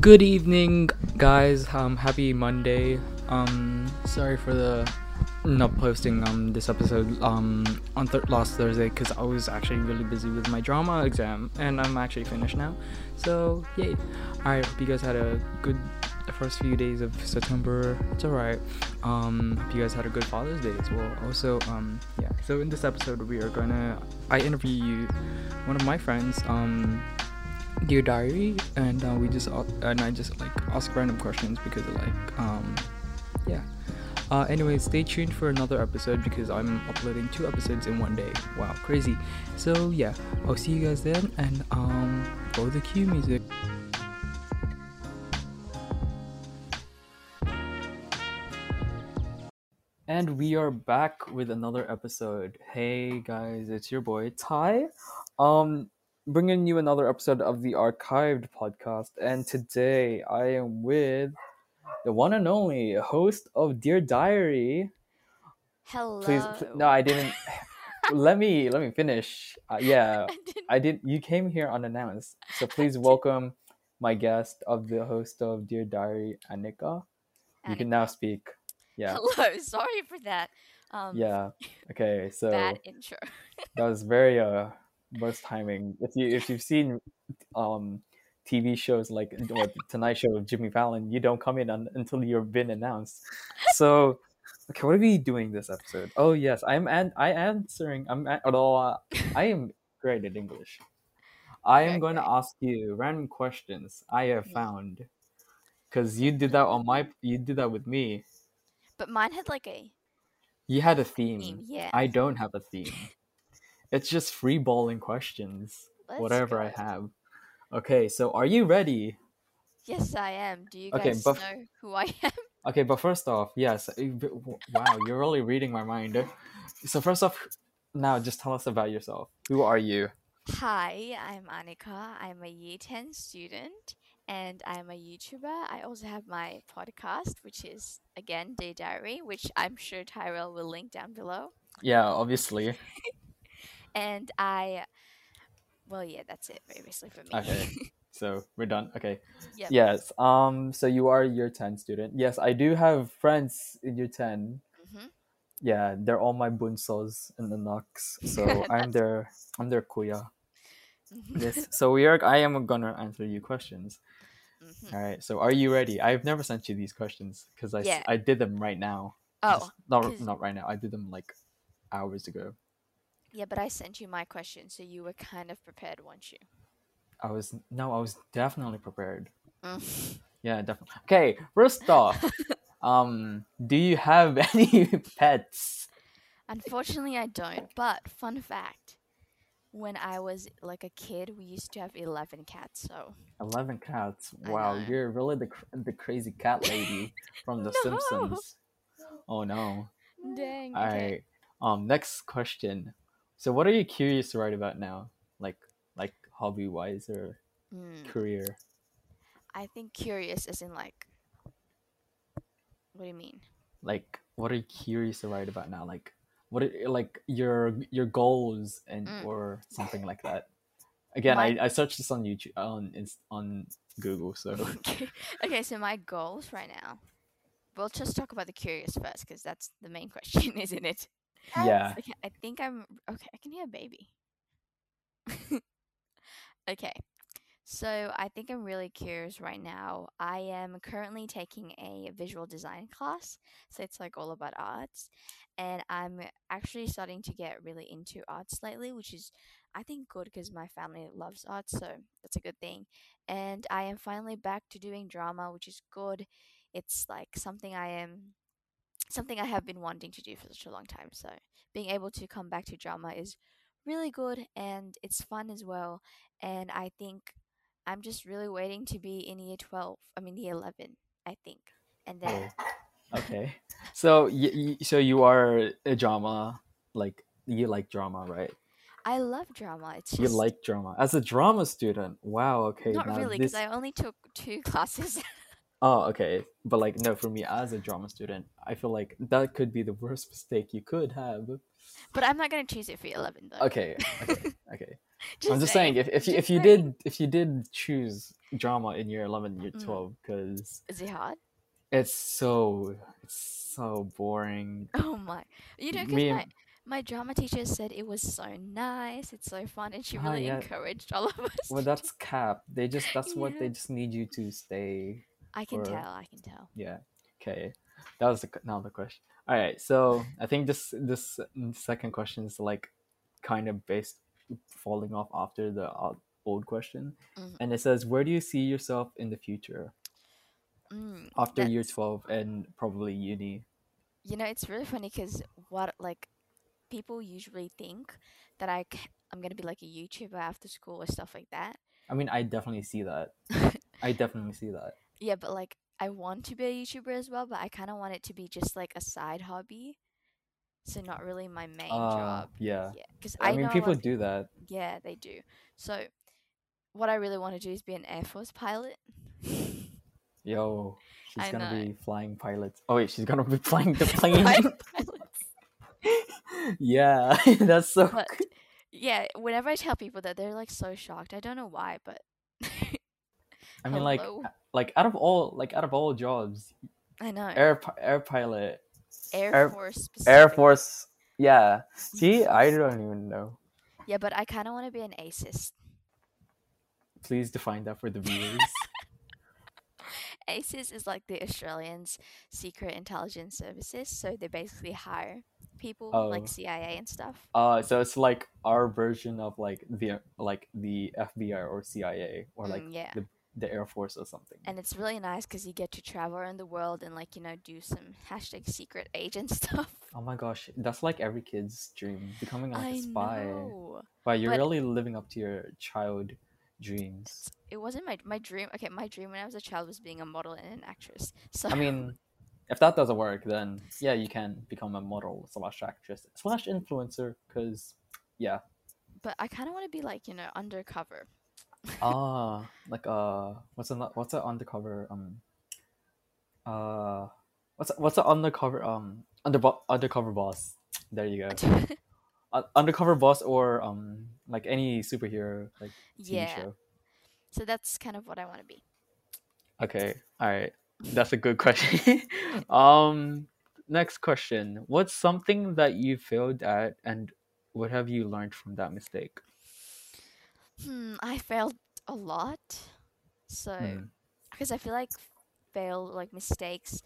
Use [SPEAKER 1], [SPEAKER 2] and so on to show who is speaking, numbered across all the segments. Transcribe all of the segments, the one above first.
[SPEAKER 1] Good evening, guys. Um, happy Monday. Um, sorry for the not posting um this episode um on thir- last Thursday because I was actually really busy with my drama exam and I'm actually finished now. So yay! I hope you guys had a good first few days of September. It's alright. Um, hope you guys had a good Father's Day as well. Also, um, yeah. So in this episode, we are gonna I interview you, one of my friends. Um, dear diary and uh, we just uh, and i just like ask random questions because like um yeah uh anyway stay tuned for another episode because i'm uploading two episodes in one day wow crazy so yeah i'll see you guys then and um for the cue music and we are back with another episode hey guys it's your boy ty um bringing you another episode of the Archived podcast. And today I am with the one and only host of Dear Diary.
[SPEAKER 2] Hello.
[SPEAKER 1] Please, pl- no, I didn't. let me let me finish. Uh, yeah,
[SPEAKER 2] I didn't-
[SPEAKER 1] I did. You came here unannounced, so please welcome my guest of the host of Dear Diary, Anika. You can now
[SPEAKER 2] Anika.
[SPEAKER 1] speak. Yeah,
[SPEAKER 2] Hello. Sorry for that. Um,
[SPEAKER 1] yeah. Okay, so
[SPEAKER 2] Bad intro.
[SPEAKER 1] that was very uh worst timing if you if you've seen um tv shows like or the tonight show with jimmy fallon you don't come in un- until you've been announced so okay what are we doing this episode oh yes i'm and i answering i'm an- although uh, i am great at english i am
[SPEAKER 2] Very
[SPEAKER 1] going to
[SPEAKER 2] great.
[SPEAKER 1] ask you random questions i have
[SPEAKER 2] Mm.
[SPEAKER 1] found because you did that on my you did that with me
[SPEAKER 2] But mine had like a
[SPEAKER 1] you had a
[SPEAKER 2] theme.
[SPEAKER 1] theme
[SPEAKER 2] Yeah.
[SPEAKER 1] i don't have a theme it's just free balling questions
[SPEAKER 2] Let's
[SPEAKER 1] whatever
[SPEAKER 2] go.
[SPEAKER 1] I have. Okay, so are you ready?
[SPEAKER 2] Yes, I am. Do you
[SPEAKER 1] Okay,
[SPEAKER 2] guys
[SPEAKER 1] buff-
[SPEAKER 2] know who I am?
[SPEAKER 1] Okay, but first off, yes. eh, b- w- Wow, you're really reading my mind. So first off, now just tell us about yourself. Who are you?
[SPEAKER 2] Hi, I'm Anika. I'm a Year 10 student and I'm a YouTuber. I also have my podcast, which is again Day Diary, which I'm sure Tyrell will link down below.
[SPEAKER 1] Yeah, obviously.
[SPEAKER 2] And I, well, yeah, that's it very basically for me.
[SPEAKER 1] Okay. So we're done. Okay.
[SPEAKER 2] yep.
[SPEAKER 1] Yes. Um. So you are year ten student. Yes, I do have friends in year ten.
[SPEAKER 2] hmm
[SPEAKER 1] Yeah, they're all my bunsos and the knocks. So I'm their I'm their kuya.
[SPEAKER 2] Mm-hmm.
[SPEAKER 1] Yes. So we are. I am gonna answer you questions.
[SPEAKER 2] hmm
[SPEAKER 1] All right. So, are you ready? I've never sent you these questions because I, s-
[SPEAKER 2] Yeah.
[SPEAKER 1] I did them right now.
[SPEAKER 2] Oh,
[SPEAKER 1] Just not
[SPEAKER 2] 'cause-
[SPEAKER 1] not right now. I did them like hours ago.
[SPEAKER 2] yeah, but I sent you my question, so you were kind of prepared, weren't you?
[SPEAKER 1] I was no, I was definitely prepared.
[SPEAKER 2] Mm.
[SPEAKER 1] Yeah, definitely. Okay. First off, um, do you have any pets?
[SPEAKER 2] Unfortunately, I don't. But fun fact: when I was like a kid, we used to have eleven cats. So
[SPEAKER 1] Eleven cats.
[SPEAKER 2] I
[SPEAKER 1] Wow,
[SPEAKER 2] know.
[SPEAKER 1] you're really the cr- the crazy cat lady from The
[SPEAKER 2] No.
[SPEAKER 1] Simpsons. Oh no.
[SPEAKER 2] dang.
[SPEAKER 1] All right.
[SPEAKER 2] Okay.
[SPEAKER 1] Um. Next question. So, what are you curious right about now? Like like hobby wise or
[SPEAKER 2] Mm,
[SPEAKER 1] career?
[SPEAKER 2] I think curious, as in like, what do you mean?
[SPEAKER 1] like what are you curious to write about now like what are, like your your goals and
[SPEAKER 2] Mm.
[SPEAKER 1] or something like that again
[SPEAKER 2] My-
[SPEAKER 1] I, I searched this on youtube on Inst- on google so
[SPEAKER 2] okay. Okay. So my goals right now. We'll just talk about the curious first, because that's the main question, isn't it?
[SPEAKER 1] yeah
[SPEAKER 2] Okay, I think I'm okay. I can hear a baby. okay, so I think I'm really curious right now. I am currently taking a visual design class, so it's like all about arts, and I'm actually starting to get really into arts lately, which is I think good because my family loves arts, so that's a good thing. And I am finally back to doing drama, which is good. It's like something I am something I have been wanting to do for such a long time. So being able to come back to drama is really good and it's fun as well. And I think I'm just really waiting to be in year 12, I mean, year 11, I think. And then,
[SPEAKER 1] Oh, okay so y- y- so you are a drama like you like drama right
[SPEAKER 2] I love drama. It's
[SPEAKER 1] you
[SPEAKER 2] just
[SPEAKER 1] like drama as a drama student wow okay
[SPEAKER 2] not
[SPEAKER 1] now
[SPEAKER 2] really because
[SPEAKER 1] this
[SPEAKER 2] I only took two classes.
[SPEAKER 1] oh okay but like no for me as a drama student i feel like that could be the worst mistake you could have
[SPEAKER 2] but I'm not going to choose it for year 11, though.
[SPEAKER 1] okay okay okay I'm just saying, if, if, you,
[SPEAKER 2] Just
[SPEAKER 1] if you
[SPEAKER 2] saying.
[SPEAKER 1] did if you did choose drama in year 11 year
[SPEAKER 2] Mm.
[SPEAKER 1] 12 because
[SPEAKER 2] Is he hot?
[SPEAKER 1] it's so it's so boring
[SPEAKER 2] Oh my! You know, because
[SPEAKER 1] Me
[SPEAKER 2] my
[SPEAKER 1] and-
[SPEAKER 2] my drama teacher said it was so nice, it's so fun, and she
[SPEAKER 1] Ah,
[SPEAKER 2] really
[SPEAKER 1] yeah.
[SPEAKER 2] encouraged all of us.
[SPEAKER 1] well
[SPEAKER 2] to do-
[SPEAKER 1] that's cap they just that's what
[SPEAKER 2] Yeah.
[SPEAKER 1] they just need you to stay
[SPEAKER 2] I can
[SPEAKER 1] or-
[SPEAKER 2] tell. I can tell.
[SPEAKER 1] yeah okay that was the, q- now the question all right so i think this this second question is like kind of based falling off after the o- old question
[SPEAKER 2] Mhm.
[SPEAKER 1] and it says where do you see yourself in the future
[SPEAKER 2] Mm,
[SPEAKER 1] after year
[SPEAKER 2] that's-
[SPEAKER 1] 12 and probably uni
[SPEAKER 2] You know, it's really funny because what like people usually think that I c- I'm gonna be like a YouTuber after school or stuff like that.
[SPEAKER 1] i mean i definitely see that i definitely see that
[SPEAKER 2] yeah, but like I want to be a YouTuber as well, but I kind of want it to be just like a side hobby, so not really my main
[SPEAKER 1] Uh,
[SPEAKER 2] job.
[SPEAKER 1] yeah
[SPEAKER 2] because
[SPEAKER 1] i,
[SPEAKER 2] I,
[SPEAKER 1] mean
[SPEAKER 2] know a lot
[SPEAKER 1] people
[SPEAKER 2] of
[SPEAKER 1] do that
[SPEAKER 2] Yeah, they do. So, what I really want to do is be an Air Force pilot.
[SPEAKER 1] yo she's
[SPEAKER 2] I
[SPEAKER 1] gonna
[SPEAKER 2] know.
[SPEAKER 1] be flying pilots oh wait she's gonna be flying the plane
[SPEAKER 2] Fly pilots.
[SPEAKER 1] yeah that's so
[SPEAKER 2] But
[SPEAKER 1] good.
[SPEAKER 2] yeah, whenever I tell people that, they're like so shocked. I don't know why, but
[SPEAKER 1] i mean like uh,
[SPEAKER 2] hello.
[SPEAKER 1] a- like out of all like out of all jobs
[SPEAKER 2] I know Air,
[SPEAKER 1] air pi- air pilot Air-
[SPEAKER 2] Force.
[SPEAKER 1] air
[SPEAKER 2] specifically.
[SPEAKER 1] force yeah see i don't even know
[SPEAKER 2] Yeah, but I kind of want to be an ACES.
[SPEAKER 1] please define that for the viewers
[SPEAKER 2] ACES is like the Australians' secret intelligence services, so they basically hire people
[SPEAKER 1] Oh.
[SPEAKER 2] like CIA and stuff.
[SPEAKER 1] uh so it's like our version of like the like the fbi or cia or like
[SPEAKER 2] Mm, yeah.
[SPEAKER 1] the, the air force or something
[SPEAKER 2] And it's really nice because you get to travel around the world and like you know do some hashtag secret agent stuff.
[SPEAKER 1] oh my gosh that's like every kid's dream becoming like a
[SPEAKER 2] I
[SPEAKER 1] spy
[SPEAKER 2] know.
[SPEAKER 1] Wow, you're
[SPEAKER 2] But-
[SPEAKER 1] really living up to your child dreams.
[SPEAKER 2] It wasn't my my dream. Okay, my dream when I was a child was being a model and an actress. So
[SPEAKER 1] I mean, if that doesn't work, then yeah, you can become a model slash actress slash influencer. Cause yeah,
[SPEAKER 2] but I kind of want to be like you know undercover.
[SPEAKER 1] ah, like uh, what's an what's an undercover um, uh, what's a, what's an undercover um under undercover boss? There you go, uh, undercover boss or um like any superhero like TV
[SPEAKER 2] yeah.
[SPEAKER 1] show.
[SPEAKER 2] So that's kind of what I want to be.
[SPEAKER 1] Okay, all right. That's a good question. um, next question. What's something that you failed at and what have you learned from that mistake?
[SPEAKER 2] Hmm. I failed a lot. So
[SPEAKER 1] Hmm.
[SPEAKER 2] because I feel like fail like mistakes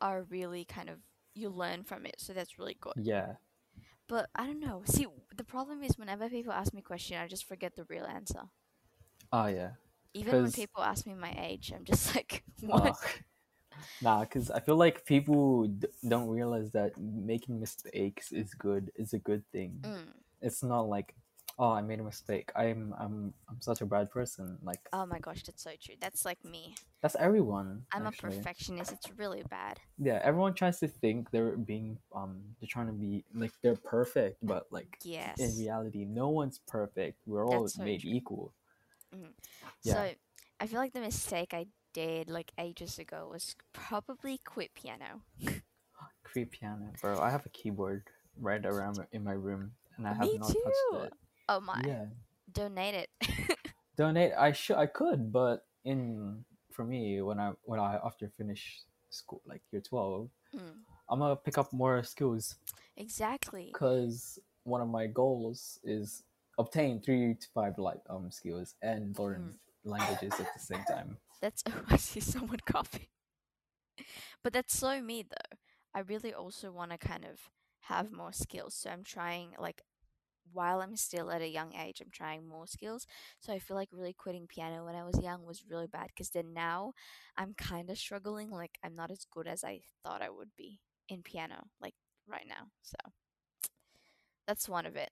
[SPEAKER 2] are really kind of you learn from it. So that's really good.
[SPEAKER 1] Yeah.
[SPEAKER 2] But I don't know. See, the problem is whenever people ask me a question, I just forget the real answer.
[SPEAKER 1] Oh, yeah.
[SPEAKER 2] Even when
[SPEAKER 1] 'Cause-
[SPEAKER 2] people ask me my age, I'm just like, what?
[SPEAKER 1] Uh, nah, because I feel like people d- don't realize that making mistakes is good. Is a good thing.
[SPEAKER 2] Mm.
[SPEAKER 1] It's not like, oh, I made a mistake. I'm I'm I'm such a bad person. Like
[SPEAKER 2] Oh my gosh, that's so true. That's like me.
[SPEAKER 1] that's everyone.
[SPEAKER 2] I'm
[SPEAKER 1] actually.
[SPEAKER 2] a perfectionist. It's really bad.
[SPEAKER 1] yeah everyone tries to think they're being um they're trying to be like they're perfect but like
[SPEAKER 2] Yes.
[SPEAKER 1] in reality no one's perfect we're all
[SPEAKER 2] That's so
[SPEAKER 1] made
[SPEAKER 2] true.
[SPEAKER 1] equal
[SPEAKER 2] Mhm.
[SPEAKER 1] yeah
[SPEAKER 2] So I feel like the mistake I did like ages ago was probably quit piano.
[SPEAKER 1] creep piano bro i have a keyboard right around my- in my room and i have
[SPEAKER 2] Me
[SPEAKER 1] not
[SPEAKER 2] too.
[SPEAKER 1] touched it
[SPEAKER 2] Oh my.
[SPEAKER 1] yeah
[SPEAKER 2] Donate it.
[SPEAKER 1] donate i should i could but in for me when i when i after finish school like year 12
[SPEAKER 2] Mm.
[SPEAKER 1] i'm gonna pick up more skills
[SPEAKER 2] Exactly.
[SPEAKER 1] because one of my goals is obtain three to five like um skills and learn
[SPEAKER 2] Mm.
[SPEAKER 1] languages at the same time.
[SPEAKER 2] That's oh, I see someone coughing. But that's so me though. I really also want to kind of have more skills. So I'm trying like while I'm still at a young age, I'm trying more skills. So I feel like really quitting piano when I was young was really bad because then now I'm kind of struggling. Like I'm not as good as I thought I would be in piano like right now. So that's one of it.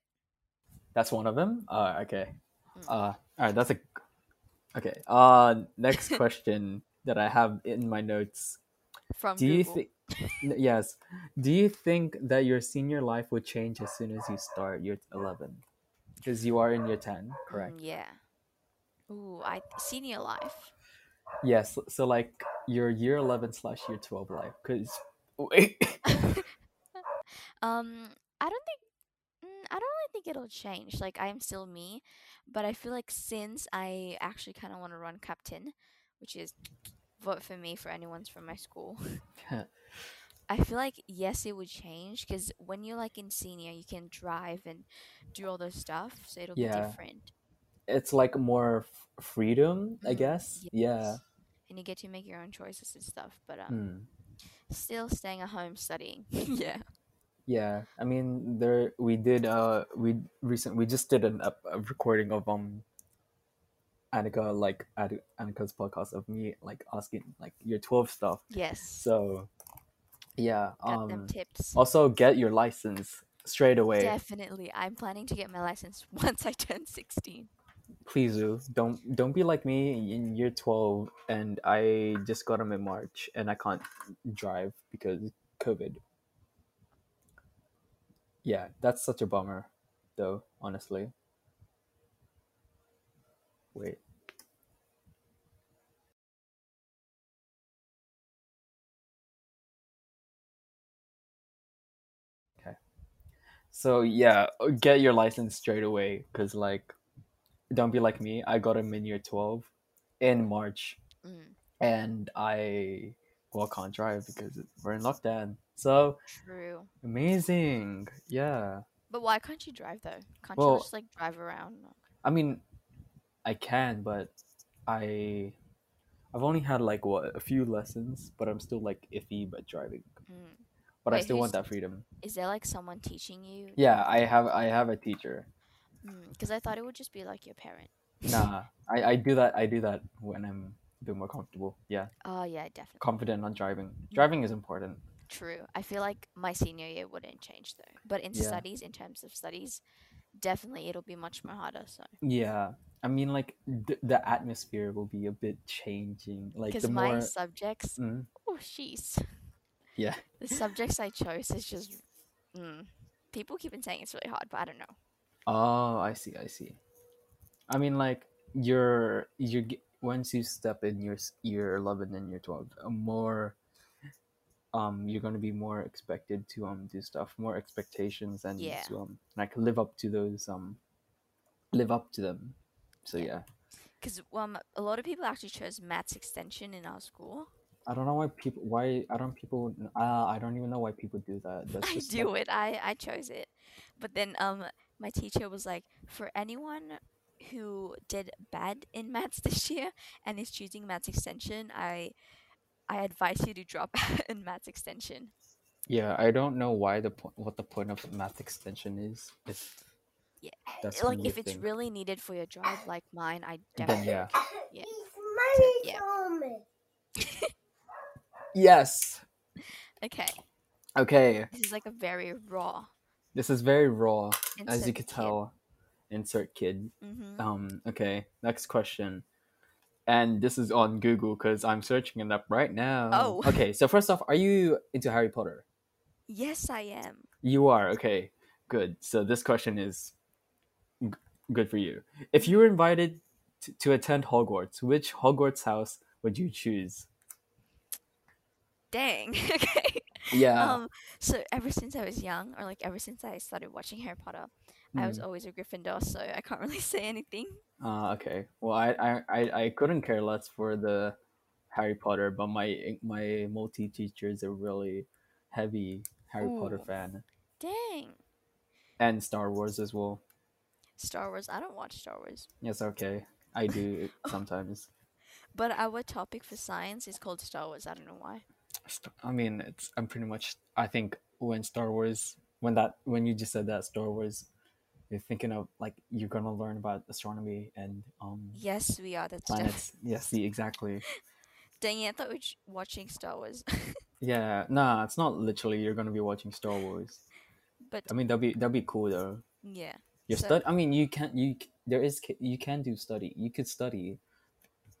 [SPEAKER 1] That's one of them. Uh, okay.
[SPEAKER 2] Mm.
[SPEAKER 1] Uh, all right. That's a okay. Uh, next question that I have in my notes.
[SPEAKER 2] From
[SPEAKER 1] Do you
[SPEAKER 2] Google.
[SPEAKER 1] think? Yes. Do you think that your senior life would change as soon as you start year eleven? Because you are in year ten, correct?
[SPEAKER 2] Mm, yeah. Ooh, I senior life. Mm-hmm.
[SPEAKER 1] Yes. So like your year eleven slash year twelve life. Because wait.
[SPEAKER 2] um, I don't think. Mm, I don't really think it'll change. Like I'm still me, but I feel like since I actually kind of want to run captain, which is vote for me for anyone's from my school. I feel like yes, it would change because when you're like in senior, you can drive and do all those stuff, so it'll be
[SPEAKER 1] Yeah.
[SPEAKER 2] different.
[SPEAKER 1] it's like more f- freedom, I
[SPEAKER 2] Mm,
[SPEAKER 1] guess. Yeah.
[SPEAKER 2] yes. and you get to make your own choices and stuff. But um,
[SPEAKER 1] Mm.
[SPEAKER 2] still staying at home studying. yeah.
[SPEAKER 1] Yeah. I mean, there we did. Uh, we recent we just did an ep- a recording of um, Annika like Ad- Annika's podcast of me like asking like your twelve stuff.
[SPEAKER 2] Yes.
[SPEAKER 1] So, yeah.
[SPEAKER 2] got
[SPEAKER 1] Um.
[SPEAKER 2] them tips.
[SPEAKER 1] Also, get your license straight away.
[SPEAKER 2] Definitely. I'm planning to get my license once I turn 16.
[SPEAKER 1] please do don't don't be like me in year 12 and i just got them in march and i can't drive because covid yeah that's such a bummer though honestly wait okay so yeah get your license straight away because like don't be like me. I got him in year 12 in March
[SPEAKER 2] Mm,
[SPEAKER 1] and I well can't drive because we're in lockdown. So
[SPEAKER 2] true.
[SPEAKER 1] amazing. Yeah.
[SPEAKER 2] But why can't you drive though? Can't
[SPEAKER 1] Well-
[SPEAKER 2] you just like drive around?
[SPEAKER 1] I mean I can but I I've only had like what a few lessons, but I'm still like iffy about driving.
[SPEAKER 2] Mm.
[SPEAKER 1] But I
[SPEAKER 2] Wait,
[SPEAKER 1] still want
[SPEAKER 2] who's-
[SPEAKER 1] that freedom.
[SPEAKER 2] Is there like someone teaching you?
[SPEAKER 1] Yeah, I have I have a teacher.
[SPEAKER 2] Because Mm, I thought it would just be like your parent.
[SPEAKER 1] Nah. I, I do that I do that when I'm a bit more comfortable. Yeah.
[SPEAKER 2] Oh yeah, definitely.
[SPEAKER 1] Confident on driving. Driving is important.
[SPEAKER 2] True. I feel like my senior year wouldn't change though. But in
[SPEAKER 1] Yeah.
[SPEAKER 2] studies, in terms of studies, definitely it'll be much more harder. So
[SPEAKER 1] Yeah, I mean, like th- the atmosphere will be a bit changing. Like
[SPEAKER 2] because
[SPEAKER 1] the
[SPEAKER 2] my
[SPEAKER 1] more,
[SPEAKER 2] subjects,
[SPEAKER 1] Mm,
[SPEAKER 2] oh jeez,
[SPEAKER 1] yeah,
[SPEAKER 2] the subjects I chose is just. Mm, people keep on saying it's really hard, but I don't know.
[SPEAKER 1] Oh, I see, I see. I mean, like you're you're g- once you step in your s- year eleven and year twelve, a more um you're gonna be more expected to um do stuff, more expectations, and
[SPEAKER 2] Yeah.
[SPEAKER 1] to um like live up to those um live up to them. So
[SPEAKER 2] Yeah.
[SPEAKER 1] yeah,
[SPEAKER 2] Because um, a lot of people actually chose maths extension in our school.
[SPEAKER 1] I don't know why people why I don't people uh, I don't even know why people do that. That's
[SPEAKER 2] I
[SPEAKER 1] just like-
[SPEAKER 2] do it. I I chose it, but then um, my teacher was like, for anyone who did bad in maths this year and is choosing maths extension, I I advise you to drop out in maths extension.
[SPEAKER 1] Yeah, I don't know why the po- what the point of math extension is. If
[SPEAKER 2] Yeah,
[SPEAKER 1] that's
[SPEAKER 2] like
[SPEAKER 1] what you
[SPEAKER 2] if it's
[SPEAKER 1] think.
[SPEAKER 2] really needed for your job, like mine, I
[SPEAKER 1] then
[SPEAKER 2] definitely.
[SPEAKER 1] yeah.
[SPEAKER 2] Yeah.
[SPEAKER 3] It's money
[SPEAKER 2] yeah.
[SPEAKER 3] for me.
[SPEAKER 1] Yes.
[SPEAKER 2] Okay,
[SPEAKER 1] Okay.
[SPEAKER 2] this is like a very raw.
[SPEAKER 1] This is very raw, as you could tell. Insert kid.
[SPEAKER 2] Mm-hmm.
[SPEAKER 1] Um. Okay. Next question. And this is on Google because I'm searching it up right now.
[SPEAKER 2] Oh.
[SPEAKER 1] Okay. So first off, are you into Harry Potter?
[SPEAKER 2] Yes, I am.
[SPEAKER 1] You are. Okay. Good. So this question is g- good for you. If you were invited t- to attend Hogwarts, which Hogwarts house would you
[SPEAKER 2] Um,
[SPEAKER 1] choose?
[SPEAKER 2] Dang. okay.
[SPEAKER 1] Yeah.
[SPEAKER 2] Um, so ever since I was young, or like ever since I started watching Harry Potter, I
[SPEAKER 1] Mm.
[SPEAKER 2] was always a Gryffindor, so I can't really say anything.
[SPEAKER 1] Uh, okay. Well, I, I, I, I couldn't care less for the Harry Potter, but my my multi teacher is a really heavy Harry Potter
[SPEAKER 2] Ooh.
[SPEAKER 1] fan
[SPEAKER 2] Dang,
[SPEAKER 1] and Star Wars as well.
[SPEAKER 2] Star Wars. I don't watch Star Wars,
[SPEAKER 1] Yes, okay. I do it sometimes.
[SPEAKER 2] but our topic for science is called Star Wars. I don't know why.
[SPEAKER 1] St- I mean, it's I'm pretty much. I think when Star Wars, when that when you just said that Star Wars, you're thinking of like you're gonna learn about astronomy and um
[SPEAKER 2] Yes, we are. That's def-
[SPEAKER 1] planets. Yes, see exactly.
[SPEAKER 2] dang it. I thought we were j- watching Star Wars,
[SPEAKER 1] Yeah, nah, it's not literally you're gonna be watching Star Wars.
[SPEAKER 2] but
[SPEAKER 1] I mean, that'd be that'd be cool though.
[SPEAKER 2] yeah,
[SPEAKER 1] Your
[SPEAKER 2] So-
[SPEAKER 1] stud. I mean, you can you c- there is ca- you can do study. You could study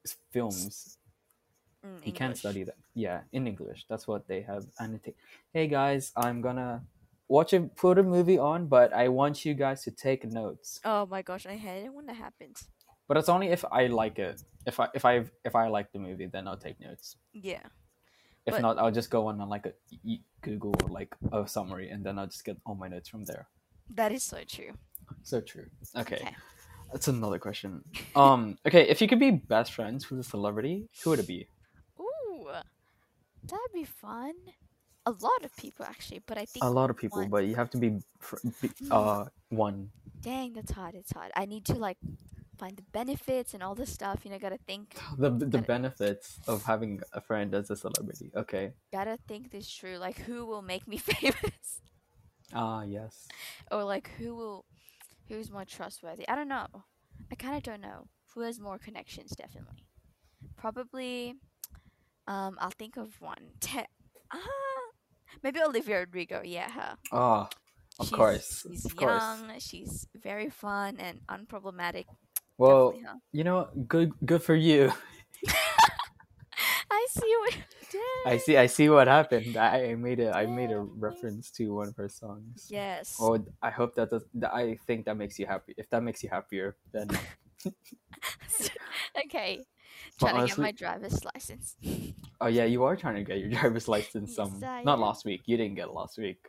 [SPEAKER 1] s- films.
[SPEAKER 2] mm,
[SPEAKER 1] You can
[SPEAKER 2] English.
[SPEAKER 1] study that. Yeah, in English. That's what they have annotate. Hey guys, I'm gonna watch a put a movie on, but I want you guys to take notes.
[SPEAKER 2] Oh my gosh, I hate it when that happens.
[SPEAKER 1] But it's only if I like it. If I if I if I like the movie, then I'll take notes.
[SPEAKER 2] Yeah,
[SPEAKER 1] If
[SPEAKER 2] But-
[SPEAKER 1] not, I'll just go on on like a y- Google or like a summary, and then I'll just get all my notes from there.
[SPEAKER 2] That is so true.
[SPEAKER 1] So true. Okay, that's another question. Um, okay, if you could be best friends with a celebrity, who would it be?
[SPEAKER 2] Ooh, that'd be fun. A lot of people actually, but I think
[SPEAKER 1] A lot of people,
[SPEAKER 2] one-
[SPEAKER 1] but you have to be, fr- be uh one.
[SPEAKER 2] dang, that's hard. It's hard. I need to like find the benefits and all this stuff. You know, gotta think,
[SPEAKER 1] The the
[SPEAKER 2] Got it.
[SPEAKER 1] benefits of having a friend as a celebrity. Okay.
[SPEAKER 2] gotta think this through. Like, who will make me famous,
[SPEAKER 1] Ah yes.
[SPEAKER 2] or like who will, who's more trustworthy? I don't know. I kind of don't know who has more connections. Definitely, probably. Um, I'll think of one. Te- uh, maybe Olivia Rodrigo. Yeah, her.
[SPEAKER 1] Ah, of
[SPEAKER 2] She's-
[SPEAKER 1] course,
[SPEAKER 2] She's
[SPEAKER 1] of course.
[SPEAKER 2] young. She's very fun and unproblematic.
[SPEAKER 1] Well,
[SPEAKER 2] definitely her.
[SPEAKER 1] you know, good good for you.
[SPEAKER 2] I see what you
[SPEAKER 1] I
[SPEAKER 2] did.
[SPEAKER 1] see. I see what happened. I I made a I made a reference to one of her songs.
[SPEAKER 2] Yes.
[SPEAKER 1] Well, I hope that, does, that I think that makes you happy. If that makes you happier, then
[SPEAKER 2] okay.
[SPEAKER 1] But
[SPEAKER 2] Trying to get
[SPEAKER 1] honestly-
[SPEAKER 2] my driver's license.
[SPEAKER 1] oh yeah, you are trying to get your driver's license.
[SPEAKER 2] Yes,
[SPEAKER 1] Some
[SPEAKER 2] I
[SPEAKER 1] not
[SPEAKER 2] am.
[SPEAKER 1] last week. You didn't get it last week.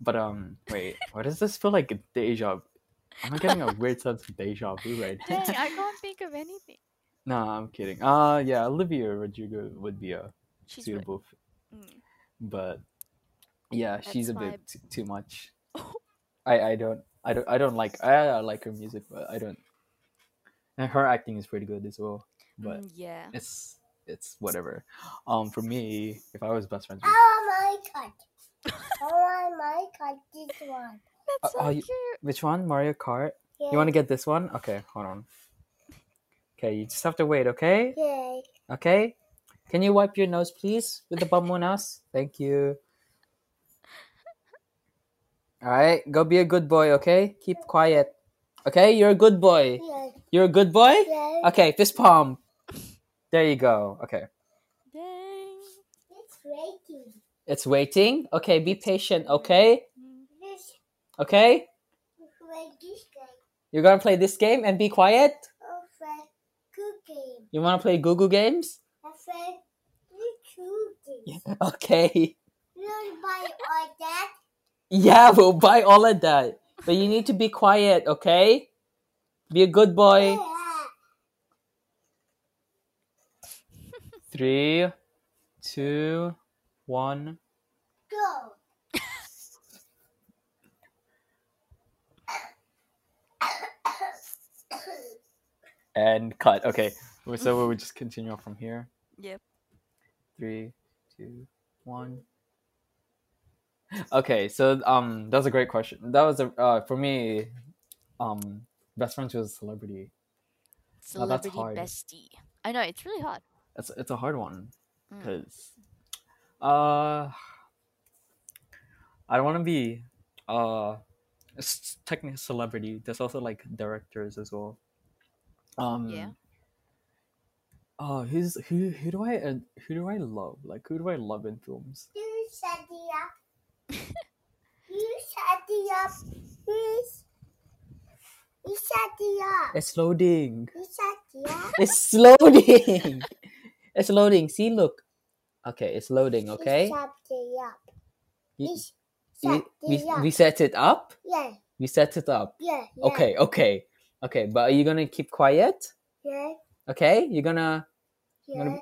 [SPEAKER 1] But um, wait, why does this feel like deja? vu? Am I getting a weird sense of deja vu right now?
[SPEAKER 2] Dang, I can't think of anything.
[SPEAKER 1] nah, I'm kidding. Uh yeah, Olivia Rodrigo would be a
[SPEAKER 2] She's really,
[SPEAKER 1] suitable, f-
[SPEAKER 2] mm.
[SPEAKER 1] but yeah, she's a
[SPEAKER 2] That's
[SPEAKER 1] bit
[SPEAKER 2] why-
[SPEAKER 1] t- too much. I I don't I don't I don't like I, I like her music, but I don't. And her acting is pretty good as well, but.
[SPEAKER 2] Mm, yeah.
[SPEAKER 1] it's it's whatever. Um, for me, if I was best friends, with,
[SPEAKER 3] Oh my god. Oh my god, this one.
[SPEAKER 2] That's
[SPEAKER 1] uh,
[SPEAKER 2] so
[SPEAKER 1] you-
[SPEAKER 2] cute.
[SPEAKER 1] which one? Mario Kart.
[SPEAKER 3] Yeah.
[SPEAKER 1] You want to get this one? Okay, hold on. Okay, you just have to wait. Okay,
[SPEAKER 3] Yay.
[SPEAKER 1] okay. Can you wipe your nose, please, with the bamunas? Thank you. All right, go be a good boy. Okay, keep quiet. Okay, you're a good boy.
[SPEAKER 3] Yay.
[SPEAKER 1] You're a good boy.
[SPEAKER 3] Yay.
[SPEAKER 1] Okay, fist palm. There you go. Okay.
[SPEAKER 2] Dang.
[SPEAKER 3] It's waiting.
[SPEAKER 1] It's waiting. Okay, be patient. Okay,
[SPEAKER 2] Mm.
[SPEAKER 3] This
[SPEAKER 1] okay.
[SPEAKER 3] wait this game.
[SPEAKER 1] You're gonna play this game and be quiet?
[SPEAKER 3] Oh friend good game.
[SPEAKER 1] You wanna play Google games?
[SPEAKER 3] A friend you two games.
[SPEAKER 1] Okay.
[SPEAKER 3] You don't buy all that.
[SPEAKER 1] Yeah, we'll buy all of that. But you need to be quiet, okay? Be a good boy.
[SPEAKER 3] Yeah.
[SPEAKER 1] Three, two, one.
[SPEAKER 3] Go.
[SPEAKER 1] And cut. Okay. So we'll just continue on from here.
[SPEAKER 2] Yep.
[SPEAKER 1] Three, two, one. Okay, so um that was a great question. That was a uh, for me, um best friends with a celebrity. Oh, that's
[SPEAKER 2] Celebrity
[SPEAKER 1] hard.
[SPEAKER 2] bestie. I know, it's really hard.
[SPEAKER 1] It's it's a hard one.
[SPEAKER 2] Mm.
[SPEAKER 1] Cause, uh, I don't want to be uh, s- technically celebrity. There's also like directors as well. Um,
[SPEAKER 2] Yeah.
[SPEAKER 1] Uh, who's who? Who do I uh, who do I love? Like who do I love in films?
[SPEAKER 3] You shut it up. you shut it up. You sh- you shut it up.
[SPEAKER 1] It's loading.
[SPEAKER 3] You shut it up.
[SPEAKER 1] It's loading. it's loading. See, look. Okay, it's loading. Okay.
[SPEAKER 3] You shut it up.
[SPEAKER 1] You-
[SPEAKER 3] You sh-
[SPEAKER 1] you-
[SPEAKER 3] shut
[SPEAKER 1] we,
[SPEAKER 3] it up.
[SPEAKER 1] we set it up.
[SPEAKER 3] yeah,
[SPEAKER 1] We set it up.
[SPEAKER 3] yeah, yeah.
[SPEAKER 1] Okay. Okay. Okay. But are you gonna keep quiet?
[SPEAKER 3] Yeah,
[SPEAKER 1] Okay, you're gonna
[SPEAKER 3] yeah,
[SPEAKER 1] gonna-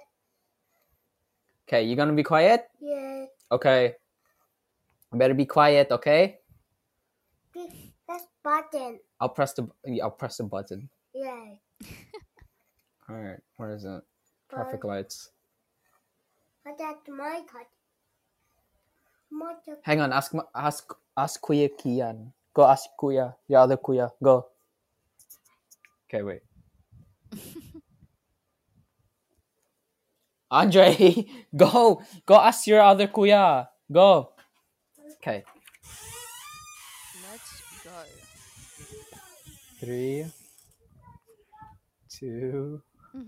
[SPEAKER 1] Okay, you're gonna be quiet?
[SPEAKER 3] yeah.
[SPEAKER 1] Okay. Better be quiet, okay?
[SPEAKER 3] This- This button.
[SPEAKER 1] I'll press the yeah, I'll press the button.
[SPEAKER 3] Yeah.
[SPEAKER 1] Alright, where is it?
[SPEAKER 3] but-
[SPEAKER 1] Traffic lights.
[SPEAKER 3] But that's my card. My card.
[SPEAKER 1] Hang on, ask my- ask ask Kuya Kian. Go ask Kuya, your other Kuya. Go. Okay, wait. Andre, go go ask your other Kuya. Go. Okay.
[SPEAKER 2] Let's go.
[SPEAKER 1] Three, two,
[SPEAKER 2] hmm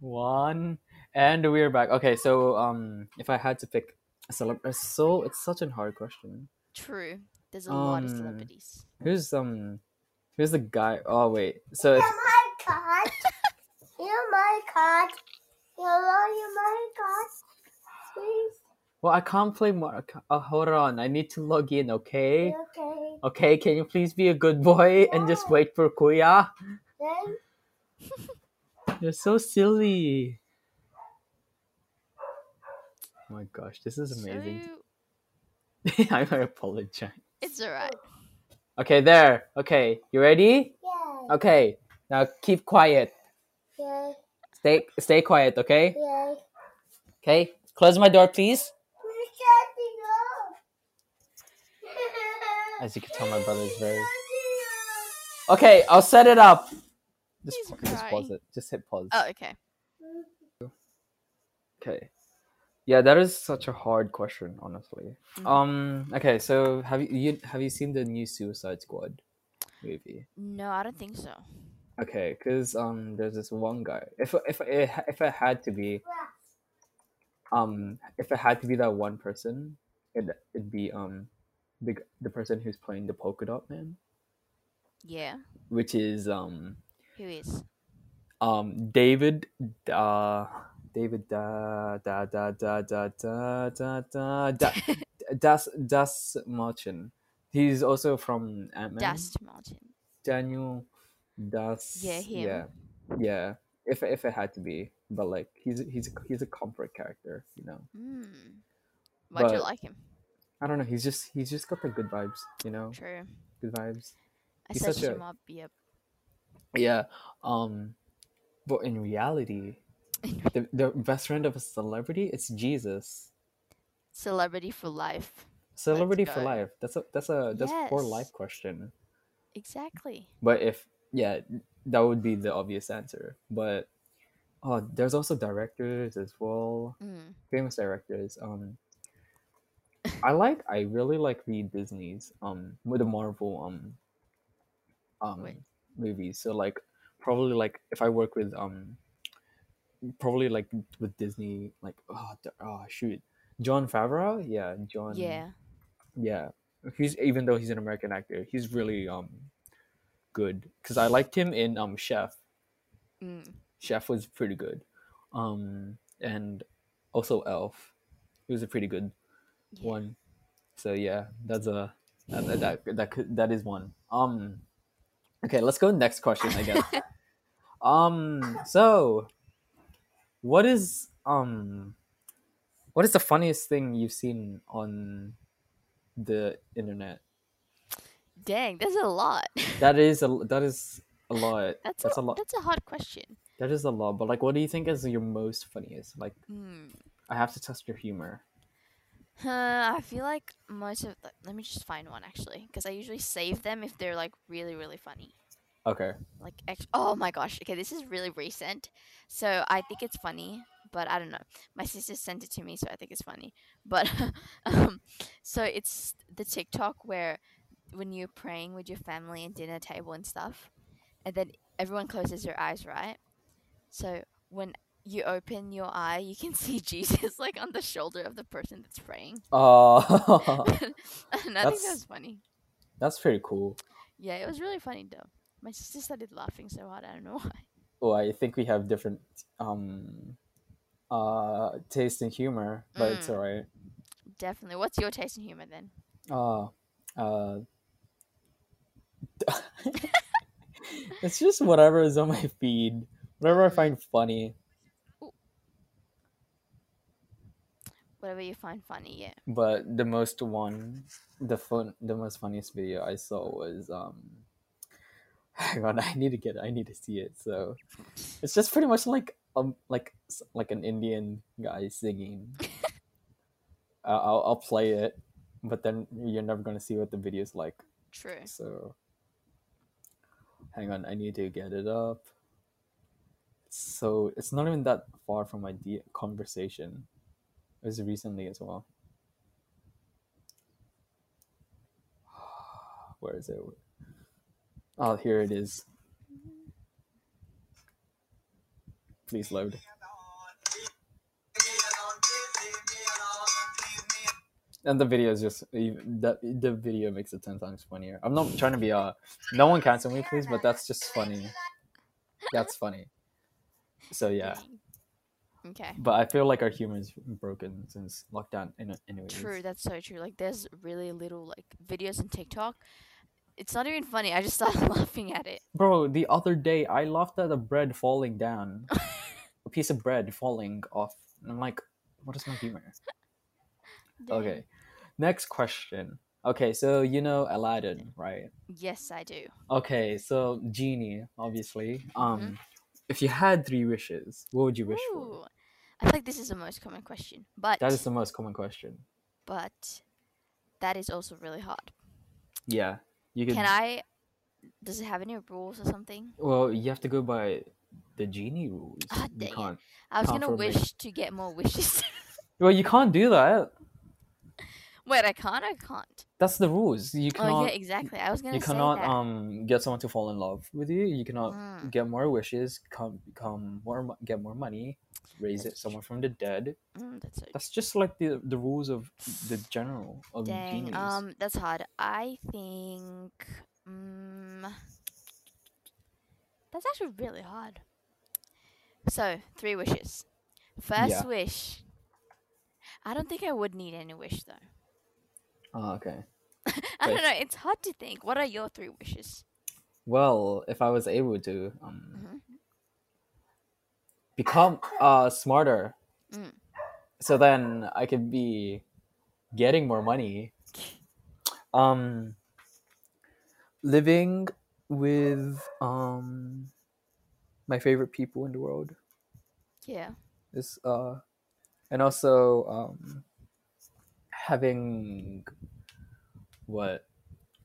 [SPEAKER 1] One and we're back. Okay, so um, if I had to pick a celebrity, so it's such a hard question.
[SPEAKER 2] True. There's a lot of
[SPEAKER 1] Um,
[SPEAKER 2] celebrities.
[SPEAKER 1] Who's um, who's the guy? Oh wait, so
[SPEAKER 3] You're
[SPEAKER 1] it's,
[SPEAKER 3] my card. You're my card. You're my card. Please.
[SPEAKER 1] Well, I can't play more. Uh, hold on, I need to log in. Okay.
[SPEAKER 3] Okay.
[SPEAKER 1] Okay, can you please be a good boy and just wait for Kuya?
[SPEAKER 3] Then
[SPEAKER 1] You're so silly. Oh my gosh, this is amazing.
[SPEAKER 2] So,
[SPEAKER 1] I apologize.
[SPEAKER 2] it's alright.
[SPEAKER 1] Okay, there. Okay, you ready?
[SPEAKER 3] yeah.
[SPEAKER 1] Okay, now keep quiet.
[SPEAKER 3] Yeah.
[SPEAKER 1] Stay, stay quiet. Okay.
[SPEAKER 3] Yeah.
[SPEAKER 1] Okay. Close my door, please.
[SPEAKER 3] Who's shutting up?
[SPEAKER 1] As you can tell, my brother is very.
[SPEAKER 3] Shutting
[SPEAKER 1] Okay, I'll set it up. Just,
[SPEAKER 2] He's
[SPEAKER 1] pa- just pause
[SPEAKER 2] crying.
[SPEAKER 1] it. Just hit pause.
[SPEAKER 2] Oh, okay.
[SPEAKER 3] up.
[SPEAKER 1] Okay. Yeah, that is such a hard question, honestly.
[SPEAKER 2] Mm.
[SPEAKER 1] Um. Okay. So have you, you have you seen the new Suicide Squad movie?
[SPEAKER 2] No, I don't think so.
[SPEAKER 1] Okay, because um, there's this one guy. If if it, if it had to be um, if it had to be that one person, it it'd be um, the g- the person who's playing the polka dot man,
[SPEAKER 2] Yeah.
[SPEAKER 1] which is um
[SPEAKER 2] Who is?
[SPEAKER 1] um David uh David da da da da da da da da da Das Das Martin. He's also from Ant Man.
[SPEAKER 2] Dust Martin.
[SPEAKER 1] Daniel Das.
[SPEAKER 2] Yeah,
[SPEAKER 1] Yeah, yeah. If if it had to be, but like he's he's he's a comfort character, you know.
[SPEAKER 2] Hmm. Why'd you
[SPEAKER 1] But-
[SPEAKER 2] like him?
[SPEAKER 1] I don't know. He's just he's just got the good vibes, you know,
[SPEAKER 2] True.
[SPEAKER 1] good vibes. Oh.
[SPEAKER 2] I
[SPEAKER 1] he's
[SPEAKER 2] searched
[SPEAKER 1] such a-
[SPEAKER 2] him up. Yep.
[SPEAKER 1] Yeah. Um, but in reality, the the best friend of a celebrity is Jesus.
[SPEAKER 2] Celebrity for life.
[SPEAKER 1] Celebrity for
[SPEAKER 2] go.
[SPEAKER 1] life. That's a that's a that's a for
[SPEAKER 2] Yes.
[SPEAKER 1] life question.
[SPEAKER 2] Exactly.
[SPEAKER 1] But if yeah, that would be the obvious answer. But oh, there's also directors as well,
[SPEAKER 2] Mm.
[SPEAKER 1] famous directors. Um, I like I really like the Disney's um with the Marvel um um
[SPEAKER 2] Wait.
[SPEAKER 1] movies. So like probably like if I work with um probably like with Disney like oh, d- oh shoot John Favreau yeah John
[SPEAKER 2] Yeah.
[SPEAKER 1] yeah he's even though he's an american actor he's really um good because i liked him in um chef
[SPEAKER 2] Mm.
[SPEAKER 1] chef was pretty good um and also elf he was a pretty good
[SPEAKER 2] Yeah.
[SPEAKER 1] one so yeah that's a that that- that, that could that is one um okay let's go next question i guess um so what is um what is the funniest thing you've seen on the internet
[SPEAKER 2] Dang, that's a lot.
[SPEAKER 1] That is a that is a lot.
[SPEAKER 2] That's,
[SPEAKER 1] That's,
[SPEAKER 2] a,
[SPEAKER 1] a, lot.
[SPEAKER 2] That's a hard question.
[SPEAKER 1] That is a lot. But like, what do you think is your most funniest? Like,
[SPEAKER 2] Hmm.
[SPEAKER 1] I have to test your humor.
[SPEAKER 2] Huh, I feel like most of the. Let me just find one actually, because I usually save them if they're like really, really funny.
[SPEAKER 1] Okay.
[SPEAKER 2] Like, ex- oh my gosh. Okay, this is really recent. So I think it's funny, but I don't know. My sister sent it to me, so I think it's funny. But um, so it's the TikTok where when you're praying with your family and dinner table and stuff, and then everyone closes their eyes, right? So when you open your eye, you can see Jesus like on the shoulder of the person that's praying.
[SPEAKER 1] Uh,
[SPEAKER 2] and I think
[SPEAKER 1] That's-
[SPEAKER 2] that was funny.
[SPEAKER 1] that's pretty cool.
[SPEAKER 2] Yeah, it was really funny though. My sister started laughing so hard. I don't know why.
[SPEAKER 1] Oh, I think we have different um uh taste in humor, but it's
[SPEAKER 2] Mm.
[SPEAKER 1] alright.
[SPEAKER 2] Definitely. What's your taste in humor then?
[SPEAKER 1] Uh, uh. it's just whatever is on my feed, whatever I find funny.
[SPEAKER 2] Whatever you find funny, yeah.
[SPEAKER 1] but the most one the fun the most funniest video i saw was um hang on i need to get i need to see it so it's just pretty much like um like s- like an indian guy singing I I'll, I'll play it but then you're never gonna see what the video's like
[SPEAKER 2] True.
[SPEAKER 1] so hang on i need to get it up so it's not even that far from my de- conversation it was recently as well where is it oh here it is please load and the video is just the, the video makes it 10 times funnier i'm not trying to be uh no one cancel me please but that's just funny that's funny so yeah
[SPEAKER 2] Dang. Okay.
[SPEAKER 1] But I feel like our humor is broken since lockdown. In anyways.
[SPEAKER 2] True, that's so true. Like there's really little like videos on TikTok. It's not even funny. I just started laughing at it.
[SPEAKER 1] Bro, the other day I laughed at the bread falling down, a piece of bread falling off. And I'm like, what is my humor?
[SPEAKER 2] Dang.
[SPEAKER 1] Okay, next question. Okay, so you know Aladdin, right?
[SPEAKER 2] Yes, I do.
[SPEAKER 1] Okay, so genie, obviously.
[SPEAKER 2] Mm-hmm.
[SPEAKER 1] Um, if you had three wishes, what would you wish for?
[SPEAKER 2] Ooh. I feel like this is the most common question, but
[SPEAKER 1] That is the most common question.
[SPEAKER 2] but that is also really hard.
[SPEAKER 1] Yeah, you could.
[SPEAKER 2] Can I? Does it have any rules or something?
[SPEAKER 1] Well, you have to go by the genie rules.
[SPEAKER 2] Ah, dang
[SPEAKER 1] you
[SPEAKER 2] it.
[SPEAKER 1] can't.
[SPEAKER 2] I was gonna
[SPEAKER 1] Confirmation.
[SPEAKER 2] wish to get more wishes.
[SPEAKER 1] Well, you can't do that.
[SPEAKER 2] Wait, I can't. I can't.
[SPEAKER 1] That's the rules. You cannot.
[SPEAKER 2] oh yeah, exactly. I was gonna
[SPEAKER 1] you
[SPEAKER 2] say
[SPEAKER 1] cannot uh,
[SPEAKER 2] that.
[SPEAKER 1] um get someone to fall in love with you. You cannot
[SPEAKER 2] Mm.
[SPEAKER 1] get more wishes. Come, become more, mo- get more money. Raise it
[SPEAKER 2] That's
[SPEAKER 1] someone from the dead.
[SPEAKER 2] Mm, that's so
[SPEAKER 1] That's just like the the rules of the general of
[SPEAKER 2] Dang,
[SPEAKER 1] genies.
[SPEAKER 2] um, that's hard. I think, um, that's actually really hard. So, three wishes. First
[SPEAKER 1] Yeah.
[SPEAKER 2] wish. I don't think I would need any wish though.
[SPEAKER 1] Ah, okay.
[SPEAKER 2] I don't
[SPEAKER 1] Right.
[SPEAKER 2] know. It's hard to think. What are your three wishes?
[SPEAKER 1] Well, if I was able to um
[SPEAKER 2] Mhm.
[SPEAKER 1] become uh smarter,
[SPEAKER 2] Mm.
[SPEAKER 1] so then I could be getting more money. Um, living with um my favorite people in the world
[SPEAKER 2] Yeah.
[SPEAKER 1] is uh, and also um having what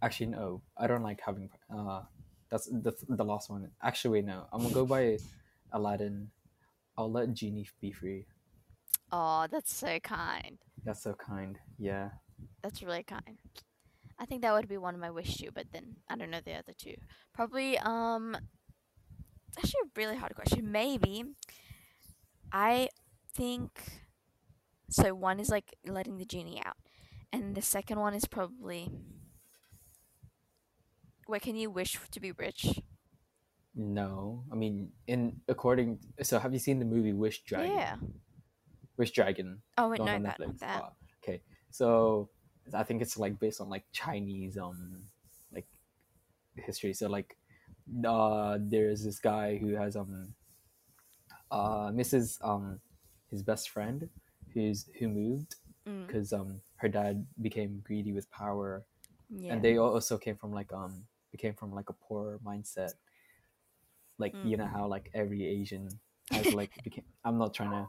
[SPEAKER 1] actually no i don't like having uh that's the, the last one actually wait, no i'm gonna go by aladdin i'll let genie be free
[SPEAKER 2] Oh, that's so kind.
[SPEAKER 1] that's so kind yeah
[SPEAKER 2] That's really kind. I think that would be one of my wish too, but then I don't know the other two. Probably um actually a really hard question. Maybe I think so one is like letting the genie out. And the second one is probably Wait, can you wish to be rich?
[SPEAKER 1] no i mean in according so have you seen the movie wish dragon
[SPEAKER 2] Yeah.
[SPEAKER 1] wish dragon
[SPEAKER 2] Oh wait,
[SPEAKER 1] Not
[SPEAKER 2] no,
[SPEAKER 1] on
[SPEAKER 2] that not
[SPEAKER 1] Netflix.
[SPEAKER 2] that.
[SPEAKER 1] Ah, okay, so I think it's like based on like Chinese um like history. So like uh there's this guy who has um uh Mrs. um his best friend who's who moved
[SPEAKER 2] Mm,
[SPEAKER 1] because um her dad became greedy with power
[SPEAKER 2] yeah.
[SPEAKER 1] and they al- also came from like um became from like a poor mindset like you know how like every asian has like became i'm not trying to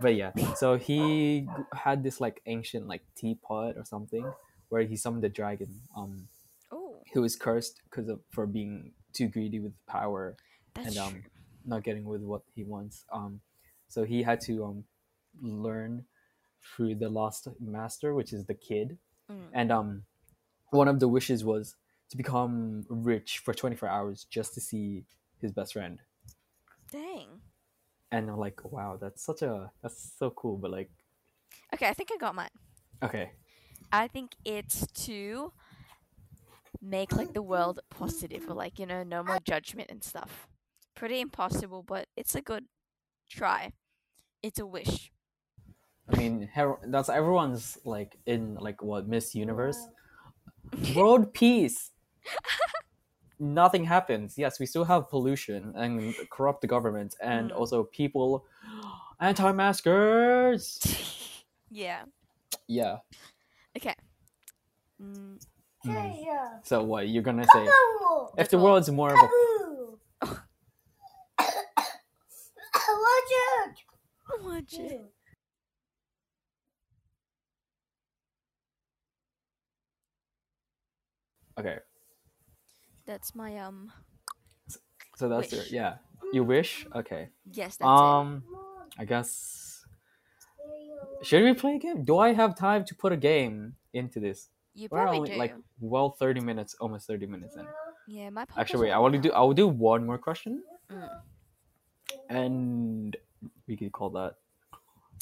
[SPEAKER 1] but yeah so he g- had this like ancient like teapot or something where he summoned a dragon um
[SPEAKER 2] oh,
[SPEAKER 1] who was cursed because of for being too greedy with power
[SPEAKER 2] that's
[SPEAKER 1] and um
[SPEAKER 2] true.
[SPEAKER 1] not getting with what he wants um so he had to um learn through the lost master which is the kid
[SPEAKER 2] Mm.
[SPEAKER 1] and um one of the wishes was to become rich for 24 hours just to see his best friend
[SPEAKER 2] Dang.
[SPEAKER 1] and i'm like wow that's such a that's so cool but like
[SPEAKER 2] Okay, I think I got mine.
[SPEAKER 1] okay
[SPEAKER 2] I think it's to make like the world positive or like, you know, no more judgment and stuff. Pretty impossible, but it's a good try. It's a wish.
[SPEAKER 1] i mean her- that's everyone's like in like what miss universe world peace nothing happens yes we still have pollution and corrupt governments and
[SPEAKER 2] Mm.
[SPEAKER 1] also people anti-maskers
[SPEAKER 2] yeah.
[SPEAKER 1] yeah
[SPEAKER 2] Mm,
[SPEAKER 1] Mm.
[SPEAKER 3] Yeah.
[SPEAKER 1] so what you're gonna say
[SPEAKER 3] Kaboo.
[SPEAKER 1] if the world's more of a
[SPEAKER 3] Kaboo. Roger.
[SPEAKER 2] watch it.
[SPEAKER 1] okay
[SPEAKER 2] That's my um.
[SPEAKER 1] So that's your
[SPEAKER 2] Wish.
[SPEAKER 1] yeah. You wish? Okay.
[SPEAKER 2] Yes, that's
[SPEAKER 1] Um I guess should we play a game? Do I have time to put a game into this?
[SPEAKER 2] it. You
[SPEAKER 1] We're
[SPEAKER 2] probably
[SPEAKER 1] only
[SPEAKER 2] do.
[SPEAKER 1] like well thirty minutes, almost thirty minutes in.
[SPEAKER 2] yeah, my pop
[SPEAKER 1] Actually wait, I wanna do I will do one more question
[SPEAKER 2] Mm.
[SPEAKER 1] and we could call that.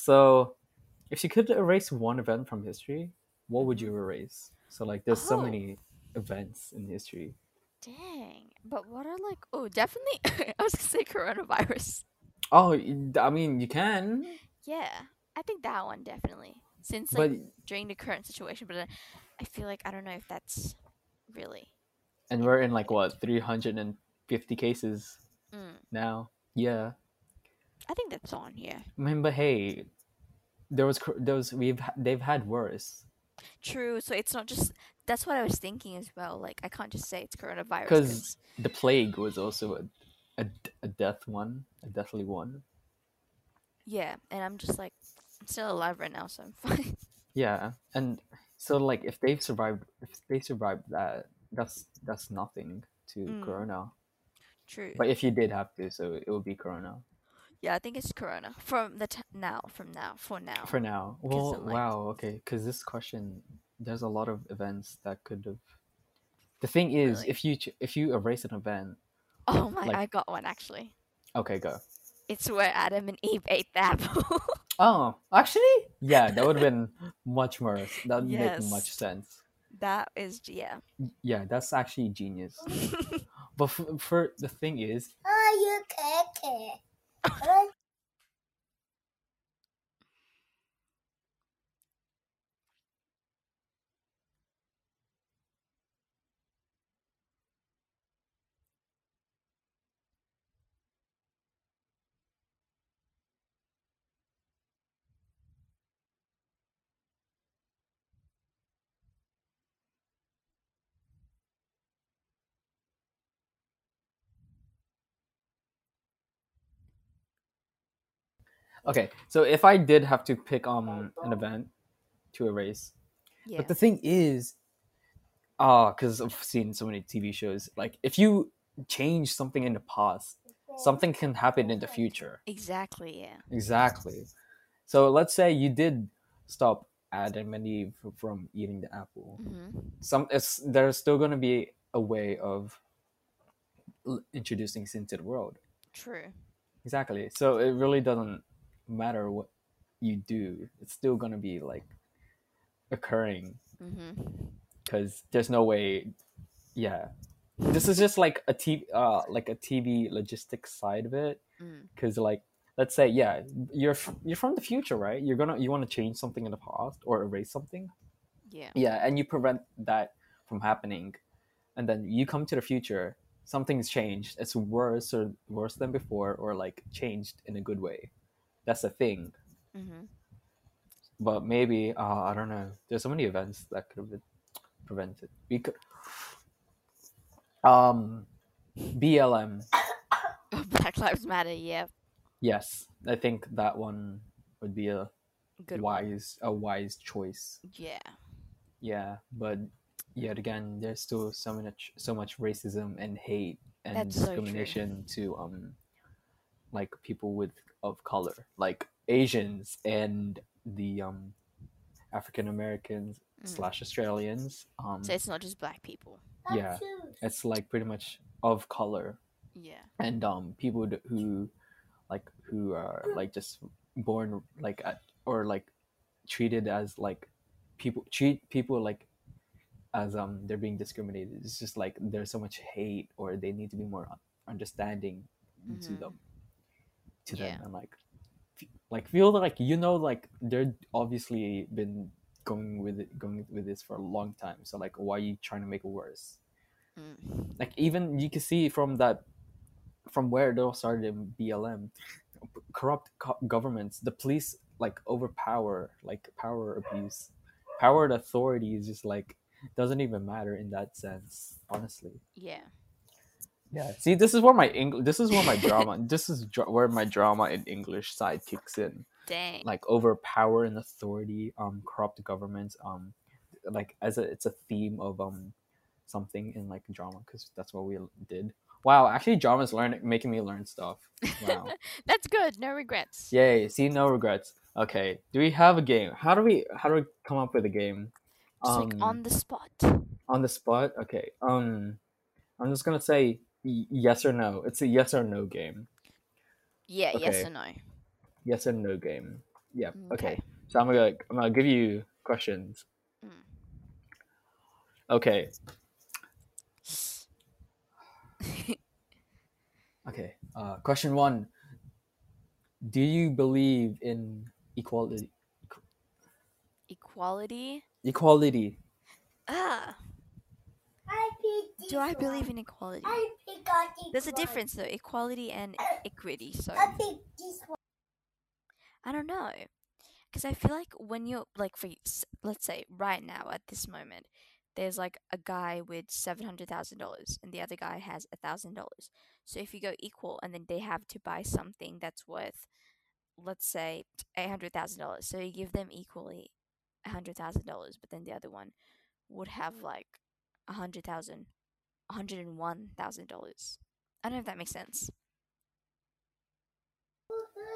[SPEAKER 1] So if you could erase one event from history, what would you erase? So like there's so
[SPEAKER 2] Mm-hmm. Oh.
[SPEAKER 1] many events in history.
[SPEAKER 2] Dang, but what are like? Oh, definitely. I was gonna say coronavirus.
[SPEAKER 1] Oh, y- I mean, you can,
[SPEAKER 2] Yeah, I think that one definitely. Since like
[SPEAKER 1] but
[SPEAKER 2] during the current situation, but uh, I feel like I don't know if that's really
[SPEAKER 1] and we're in like what 350 cases
[SPEAKER 2] Mm,
[SPEAKER 1] now. Yeah.
[SPEAKER 2] I think that's on, yeah.
[SPEAKER 1] I mean, but hey, there was cr- there was we've ha- they've had worse
[SPEAKER 2] True. So it's not just that's what I was thinking as well. Like I can't just say it's coronavirus
[SPEAKER 1] 'Cause-
[SPEAKER 2] because
[SPEAKER 1] the plague was also a, a, d- a death one, a deathly one.
[SPEAKER 2] yeah, and I'm just like I'm still alive right now, so I'm fine.
[SPEAKER 1] Yeah, and so like if they've survived, if they survived that, that's that's nothing to
[SPEAKER 2] Mm.
[SPEAKER 1] Corona.
[SPEAKER 2] True.
[SPEAKER 1] But if you did have to, so it would be Corona
[SPEAKER 2] Yeah, I think it's corona from the t- now, from now, for now.
[SPEAKER 1] for now.
[SPEAKER 2] Because
[SPEAKER 1] Well,
[SPEAKER 2] I'm like-
[SPEAKER 1] wow, okay, because this question, there's a lot of events that could have. The thing is,
[SPEAKER 2] Really?
[SPEAKER 1] if you ch- if you erase an event,
[SPEAKER 2] oh my,
[SPEAKER 1] like-
[SPEAKER 2] I got one actually.
[SPEAKER 1] okay, go.
[SPEAKER 2] It's where Adam and Eve ate the apple.
[SPEAKER 1] Oh, actually, yeah, that would have been much worse. That would make much
[SPEAKER 2] Yes.
[SPEAKER 1] sense.
[SPEAKER 2] that is yeah.
[SPEAKER 1] Y- Yeah, that's actually genius. But for, for the thing is,
[SPEAKER 3] Oh, you cake. Oh,
[SPEAKER 1] okay, so if I did have to pick um an event to erase,
[SPEAKER 2] yeah.
[SPEAKER 1] but the thing is, ah, because I've seen so many TV shows, like if you change something in the past, something can happen in the future.
[SPEAKER 2] Exactly, yeah.
[SPEAKER 1] Exactly. So let's say you did stop Adam and Eve f- from eating the apple.
[SPEAKER 2] hmm
[SPEAKER 1] some it's there's still going to be a way of l- introducing sin to the world
[SPEAKER 2] True.
[SPEAKER 1] exactly so it really doesn't matter what you do it's still going to be like occurring
[SPEAKER 2] hmm
[SPEAKER 1] because there's no way yeah this is just like a tv uh like a tv logistics side of it
[SPEAKER 2] Mm.
[SPEAKER 1] because like let's say yeah you're f- you're from the future right you're gonna you want to change something in the past or erase something
[SPEAKER 2] Yeah.
[SPEAKER 1] yeah and you prevent that from happening and then you come to the future something's changed it's worse or worse than before or like changed in a good way that's a thing
[SPEAKER 2] hmm
[SPEAKER 1] but maybe uh, i don't know there's so many events that could have been prevented we could um blm
[SPEAKER 2] Black Lives Matter, yeah.
[SPEAKER 1] yes i think that one would be a
[SPEAKER 2] Good one.
[SPEAKER 1] wise a wise choice
[SPEAKER 2] Yeah.
[SPEAKER 1] Yeah, but yet again, there's still so much so much racism and hate and
[SPEAKER 2] That's so true.
[SPEAKER 1] discrimination to um like people with of color, like Asians and the um African Americans
[SPEAKER 2] Mm.
[SPEAKER 1] slash Australians. Um,
[SPEAKER 2] So it's not just black people.
[SPEAKER 1] yeah, it's like pretty much of color
[SPEAKER 2] Yeah.
[SPEAKER 1] and um people d- who like who are like just born like at, or like treated as like people treat people like as um they're being discriminated it's just like there's so much hate or they need to be more understanding to
[SPEAKER 2] Mhm.
[SPEAKER 1] them to them
[SPEAKER 2] Yeah.
[SPEAKER 1] and like f- like feel like you know like they're obviously been going with it going with this for a long time so like why are you trying to make it worse
[SPEAKER 2] Mm.
[SPEAKER 1] like even you can see from that from where it all started in BLM, corrupt co- governments, the police like overpower, like power abuse, power and authority is just like doesn't even matter in that sense, honestly.
[SPEAKER 2] Yeah.
[SPEAKER 1] Yeah. See, this is where my English, this is where my drama, this is dr- where my drama in English side kicks in,
[SPEAKER 2] Dang.
[SPEAKER 1] like overpower and authority, um, corrupt governments, um, like as a it's a theme of um something in like drama because that's what we did. Wow, actually, drama's learning making me learn stuff. Wow.
[SPEAKER 2] That's good. No regrets.
[SPEAKER 1] Yay, see no regrets. Okay, do we have a game? How do we how do we come up with a game?
[SPEAKER 2] Just
[SPEAKER 1] um,
[SPEAKER 2] like on the spot.
[SPEAKER 1] on the spot? Okay. Um I'm just gonna say y- yes or no. It's a yes or no game.
[SPEAKER 2] Yeah, yes
[SPEAKER 1] okay.
[SPEAKER 2] or no.
[SPEAKER 1] Yes or no game. Yep. Okay.
[SPEAKER 2] Mm. Okay.
[SPEAKER 1] So I'm gonna I'm gonna give you questions.
[SPEAKER 2] Mm.
[SPEAKER 1] Okay. Okay. Uh question one. Do you believe in equality?
[SPEAKER 2] Equality.
[SPEAKER 1] Equality.
[SPEAKER 2] Ah,
[SPEAKER 3] I pick
[SPEAKER 2] do I believe in equality?
[SPEAKER 3] I pick on this
[SPEAKER 2] There's a
[SPEAKER 3] one.
[SPEAKER 2] difference though, equality and equity. So
[SPEAKER 3] I pick this one.
[SPEAKER 2] I don't know. Because I feel like when you're, like, for s- let's say right now at this moment, there's like a guy with $700,000 and the other guy has $1,000. So if you go equal and then they have to buy something that's worth, let's say, $800,000. So you give them equally $100,000, but then the other one would have like $100,000, $101,000. I don't know if that makes sense.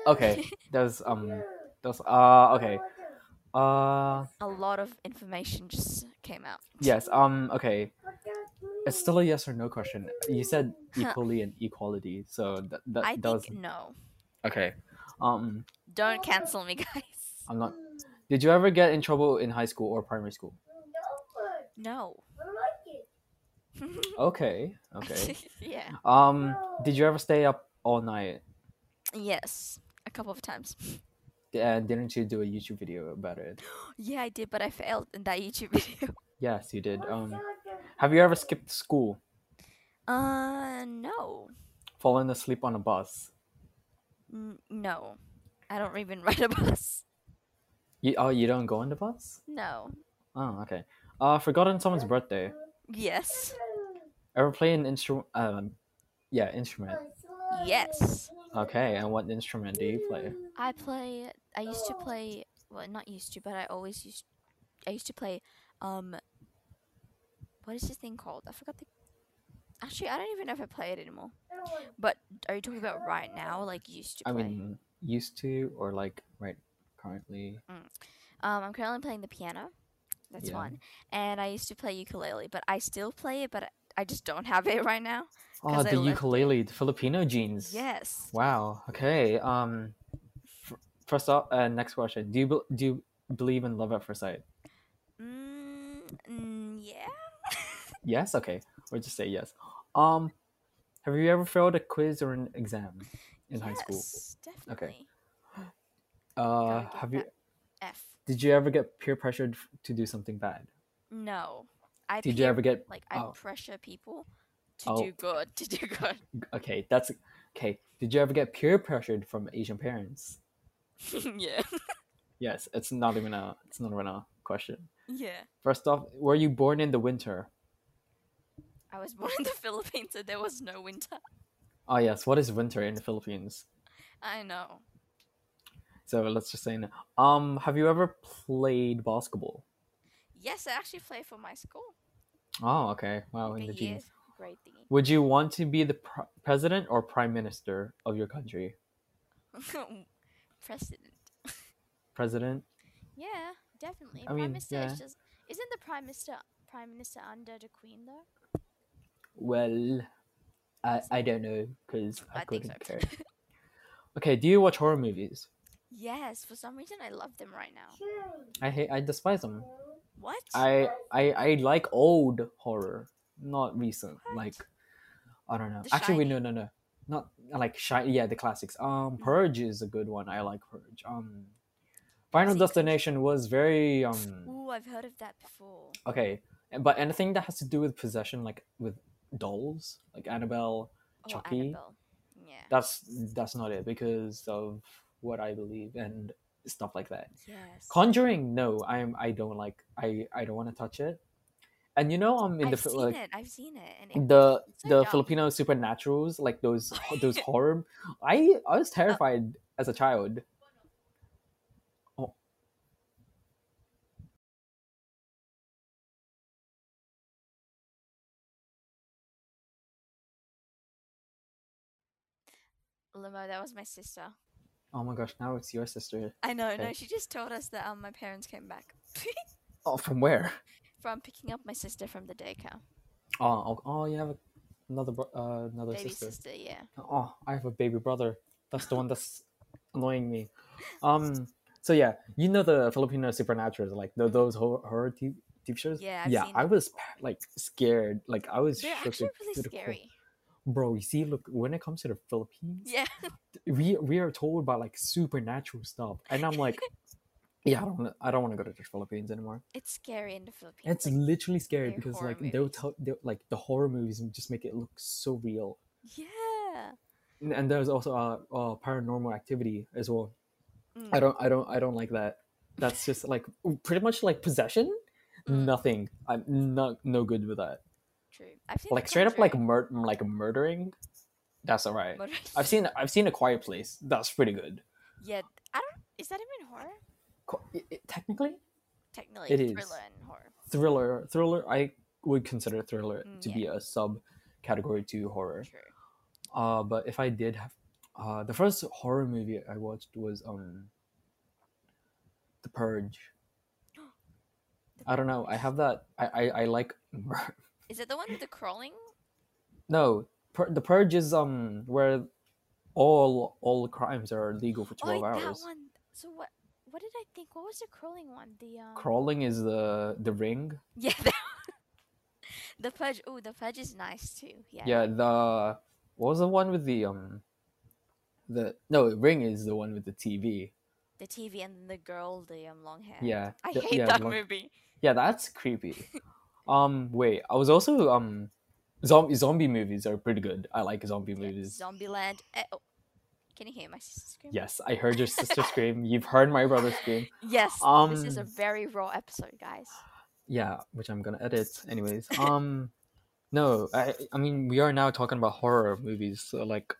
[SPEAKER 1] Okay. There's um. There's uh. Okay. Uh.
[SPEAKER 2] A lot of information just came out.
[SPEAKER 1] Yes. Um. Okay. It's still a yes or no question. You said equally and equality, so that that
[SPEAKER 2] I
[SPEAKER 1] does
[SPEAKER 2] think no.
[SPEAKER 1] okay. Um.
[SPEAKER 2] Don't cancel me, guys.
[SPEAKER 1] I'm not. Did you ever get in trouble in high school or primary school?
[SPEAKER 2] No.
[SPEAKER 1] Okay. Okay.
[SPEAKER 2] yeah.
[SPEAKER 3] Mm,
[SPEAKER 1] Um. Did you ever stay up all night?
[SPEAKER 2] Yes. A couple of times.
[SPEAKER 1] And didn't you do a YouTube video about it?
[SPEAKER 2] Yeah, I did, but I failed in that YouTube video.
[SPEAKER 1] Yes, you did. Um. Have you ever skipped school,
[SPEAKER 2] Uh, no.
[SPEAKER 1] fallen asleep on a bus?
[SPEAKER 2] N- no. I don't even ride a bus.
[SPEAKER 1] You, oh, you don't go on the bus?
[SPEAKER 2] No.
[SPEAKER 1] Oh, okay. Uh, forgotten someone's birthday.
[SPEAKER 2] Yes.
[SPEAKER 1] Ever play an instrument? Um, yeah, instrument.
[SPEAKER 2] Yes.
[SPEAKER 1] Okay, and what instrument do you play?
[SPEAKER 2] I play. I used to play. Well, not used to, but I always used. I used to play. Um. What is this thing called? I forgot the. Actually, I don't even know if I play it anymore. But are you talking about right now? Like used to
[SPEAKER 1] I
[SPEAKER 2] play?
[SPEAKER 1] mean, used to or like right currently?
[SPEAKER 2] Um, I'm currently playing the piano. That's
[SPEAKER 1] Yeah.
[SPEAKER 2] one. And I used to play ukulele, but I still play it, but I just don't have it right now.
[SPEAKER 1] Oh,
[SPEAKER 2] 'Cause I
[SPEAKER 1] the
[SPEAKER 2] left it.
[SPEAKER 1] ukulele, the Filipino genes.
[SPEAKER 2] Yes.
[SPEAKER 1] Wow. Okay. Um, f- first off, uh, next question. Do you bel do you believe in love at first sight?
[SPEAKER 2] Mm, mm, yeah.
[SPEAKER 1] Yes. Okay. Or just say yes. Um, have you ever failed a quiz or an exam in high school?
[SPEAKER 2] Yes, Definitely.
[SPEAKER 1] Uh,
[SPEAKER 2] Gotta get
[SPEAKER 1] have you?
[SPEAKER 2] that F.
[SPEAKER 1] Did you ever get peer pressured f- to do something bad?
[SPEAKER 2] No. I
[SPEAKER 1] Did you
[SPEAKER 2] peer-
[SPEAKER 1] ever get
[SPEAKER 2] like I
[SPEAKER 1] oh.
[SPEAKER 2] pressure people to
[SPEAKER 1] Oh.
[SPEAKER 2] do good, to do good.
[SPEAKER 1] okay? That's okay. Did you ever get peer pressured from Asian parents?
[SPEAKER 2] yeah.
[SPEAKER 1] Yes, it's not even a it's not even a question.
[SPEAKER 2] Yeah.
[SPEAKER 1] First off, were you born in the winter?
[SPEAKER 2] I was born in the Philippines and there was no winter.
[SPEAKER 1] Oh yes, what is winter in the Philippines?
[SPEAKER 2] I know.
[SPEAKER 1] So let's just say no. Um, have you ever played basketball?
[SPEAKER 2] Yes, I actually play for my school.
[SPEAKER 1] Oh, okay. Wow, in the
[SPEAKER 2] the year
[SPEAKER 1] jeans.
[SPEAKER 2] grade thingy.
[SPEAKER 1] Would you want to be the pr- president or prime minister of your country?
[SPEAKER 2] President.
[SPEAKER 1] President?
[SPEAKER 2] Yeah, definitely.
[SPEAKER 1] I
[SPEAKER 2] prime
[SPEAKER 1] mean,
[SPEAKER 2] minister
[SPEAKER 1] yeah.
[SPEAKER 2] is just isn't the prime minister prime minister under the queen though?
[SPEAKER 1] Well, I I don't know because I,
[SPEAKER 2] I think
[SPEAKER 1] couldn't
[SPEAKER 2] so.
[SPEAKER 1] care. Okay, do you watch horror movies?
[SPEAKER 2] Yes, for some reason I love them right now.
[SPEAKER 1] I hate. I despise them.
[SPEAKER 2] What?
[SPEAKER 1] I I I like old horror, not recent. Like I don't know.
[SPEAKER 2] The
[SPEAKER 1] Actually, wait, no,
[SPEAKER 2] Shining. Mm-hmm.
[SPEAKER 1] no, no, not I like shine. Yeah, the classics. Um, Purge is a good one. I like Purge. Um, Final
[SPEAKER 2] Classic.
[SPEAKER 1] Destination was very um
[SPEAKER 2] Ooh, I've heard of that before.
[SPEAKER 1] okay, but anything that has to do with possession, like with dolls, like Annabelle,
[SPEAKER 2] Oh,
[SPEAKER 1] Chucky.
[SPEAKER 2] Annabelle. Yeah.
[SPEAKER 1] that's that's not it because of what I believe and stuff like that.
[SPEAKER 2] yes.
[SPEAKER 1] Conjuring, no, I'm I don't like I I don't want to touch it. And you know, um, in
[SPEAKER 2] I've
[SPEAKER 1] the
[SPEAKER 2] seen
[SPEAKER 1] like,
[SPEAKER 2] it. I've seen it. And it
[SPEAKER 1] the
[SPEAKER 2] it's so
[SPEAKER 1] the
[SPEAKER 2] dumb.
[SPEAKER 1] Filipino supernaturals, like those those horror. I I
[SPEAKER 2] Oh.
[SPEAKER 1] was terrified as a child. Oh.
[SPEAKER 2] Limo, that was my sister.
[SPEAKER 1] Oh my gosh! Now it's your sister.
[SPEAKER 2] I know,
[SPEAKER 1] Okay.
[SPEAKER 2] no, she just told us that um my parents came back
[SPEAKER 1] Oh, from where?
[SPEAKER 2] from picking up my sister from the daycare.
[SPEAKER 1] Oh, oh, oh, you have another bro- uh, another
[SPEAKER 2] Baby
[SPEAKER 1] sister.
[SPEAKER 2] sister, yeah.
[SPEAKER 1] Oh, I have a baby brother. That's the one that's annoying me. Um. So yeah, you know the Filipino supernaturals, like tho-
[SPEAKER 2] Mhm.
[SPEAKER 1] those horror, horror t- TV shows.
[SPEAKER 2] Yeah, I've
[SPEAKER 1] yeah.
[SPEAKER 2] seen
[SPEAKER 1] I
[SPEAKER 2] them.
[SPEAKER 1] was like scared. Like I was
[SPEAKER 2] They're
[SPEAKER 1] shook
[SPEAKER 2] actually
[SPEAKER 1] to-
[SPEAKER 2] really
[SPEAKER 1] to the core.
[SPEAKER 2] scary.
[SPEAKER 1] bro you see look when it comes to the philippines
[SPEAKER 2] Yeah.
[SPEAKER 1] we we are told by like supernatural stuff and i'm like yeah i don't wanna- i don't want to go to the philippines anymore
[SPEAKER 2] It's scary in the Philippines.
[SPEAKER 1] it's
[SPEAKER 2] like-
[SPEAKER 1] literally scary
[SPEAKER 2] they're
[SPEAKER 1] because
[SPEAKER 2] horror
[SPEAKER 1] like they'll
[SPEAKER 2] movies.
[SPEAKER 1] tell they'll, like the horror movies and just make it look so real
[SPEAKER 2] yeah.
[SPEAKER 1] N- and there's also uh, uh paranormal activity as well
[SPEAKER 2] Mm.
[SPEAKER 1] i don't i don't i don't like that that's just like pretty much like possession
[SPEAKER 2] Mm.
[SPEAKER 1] nothing i'm not no good with that
[SPEAKER 2] True. I've seen
[SPEAKER 1] like
[SPEAKER 2] The
[SPEAKER 1] straight up like
[SPEAKER 2] Conjuring,
[SPEAKER 1] mur- like murdering that's all right
[SPEAKER 2] but-
[SPEAKER 1] i've seen i've seen a quiet place that's pretty good
[SPEAKER 2] Yeah, I don't. Is that even horror?
[SPEAKER 1] Co- i- i- technically
[SPEAKER 2] Technically,
[SPEAKER 1] It
[SPEAKER 2] thriller
[SPEAKER 1] is.
[SPEAKER 2] and horror.
[SPEAKER 1] thriller thriller i would consider thriller
[SPEAKER 2] Mm,
[SPEAKER 1] to
[SPEAKER 2] yeah.
[SPEAKER 1] be a sub category to horror
[SPEAKER 2] True.
[SPEAKER 1] uh but if i did have uh the first horror movie i watched was um the purge i don't know i have that i i, I like mur-
[SPEAKER 2] Is it the one with the crawling?
[SPEAKER 1] no Pur- the purge is um where all all crimes are legal for 12
[SPEAKER 2] oh, wait,
[SPEAKER 1] hours
[SPEAKER 2] that one. So what? What did I think? What was the crawling one? The um.
[SPEAKER 1] crawling is the the ring
[SPEAKER 2] Yeah. That the pudge. Oh, the pudge is nice too. Yeah.
[SPEAKER 1] yeah the what was the one with the um the no ring is the one with the tv
[SPEAKER 2] The TV and the girl, the um long hair.
[SPEAKER 1] yeah
[SPEAKER 2] I
[SPEAKER 1] the-
[SPEAKER 2] hate
[SPEAKER 1] yeah,
[SPEAKER 2] that
[SPEAKER 1] the one-
[SPEAKER 2] movie.
[SPEAKER 1] yeah that's creepy um wait i was also um zombie zombie movies are pretty good i like zombie
[SPEAKER 2] Yeah,
[SPEAKER 1] movies
[SPEAKER 2] Zombieland. Eh, oh. Can you hear my sister scream?
[SPEAKER 1] yes i heard your sister scream you've heard my brother scream
[SPEAKER 2] Yes. this is a
[SPEAKER 1] Um,
[SPEAKER 2] very raw episode, guys.
[SPEAKER 1] yeah which i'm gonna edit anyways um no i i mean we are now talking about horror movies so like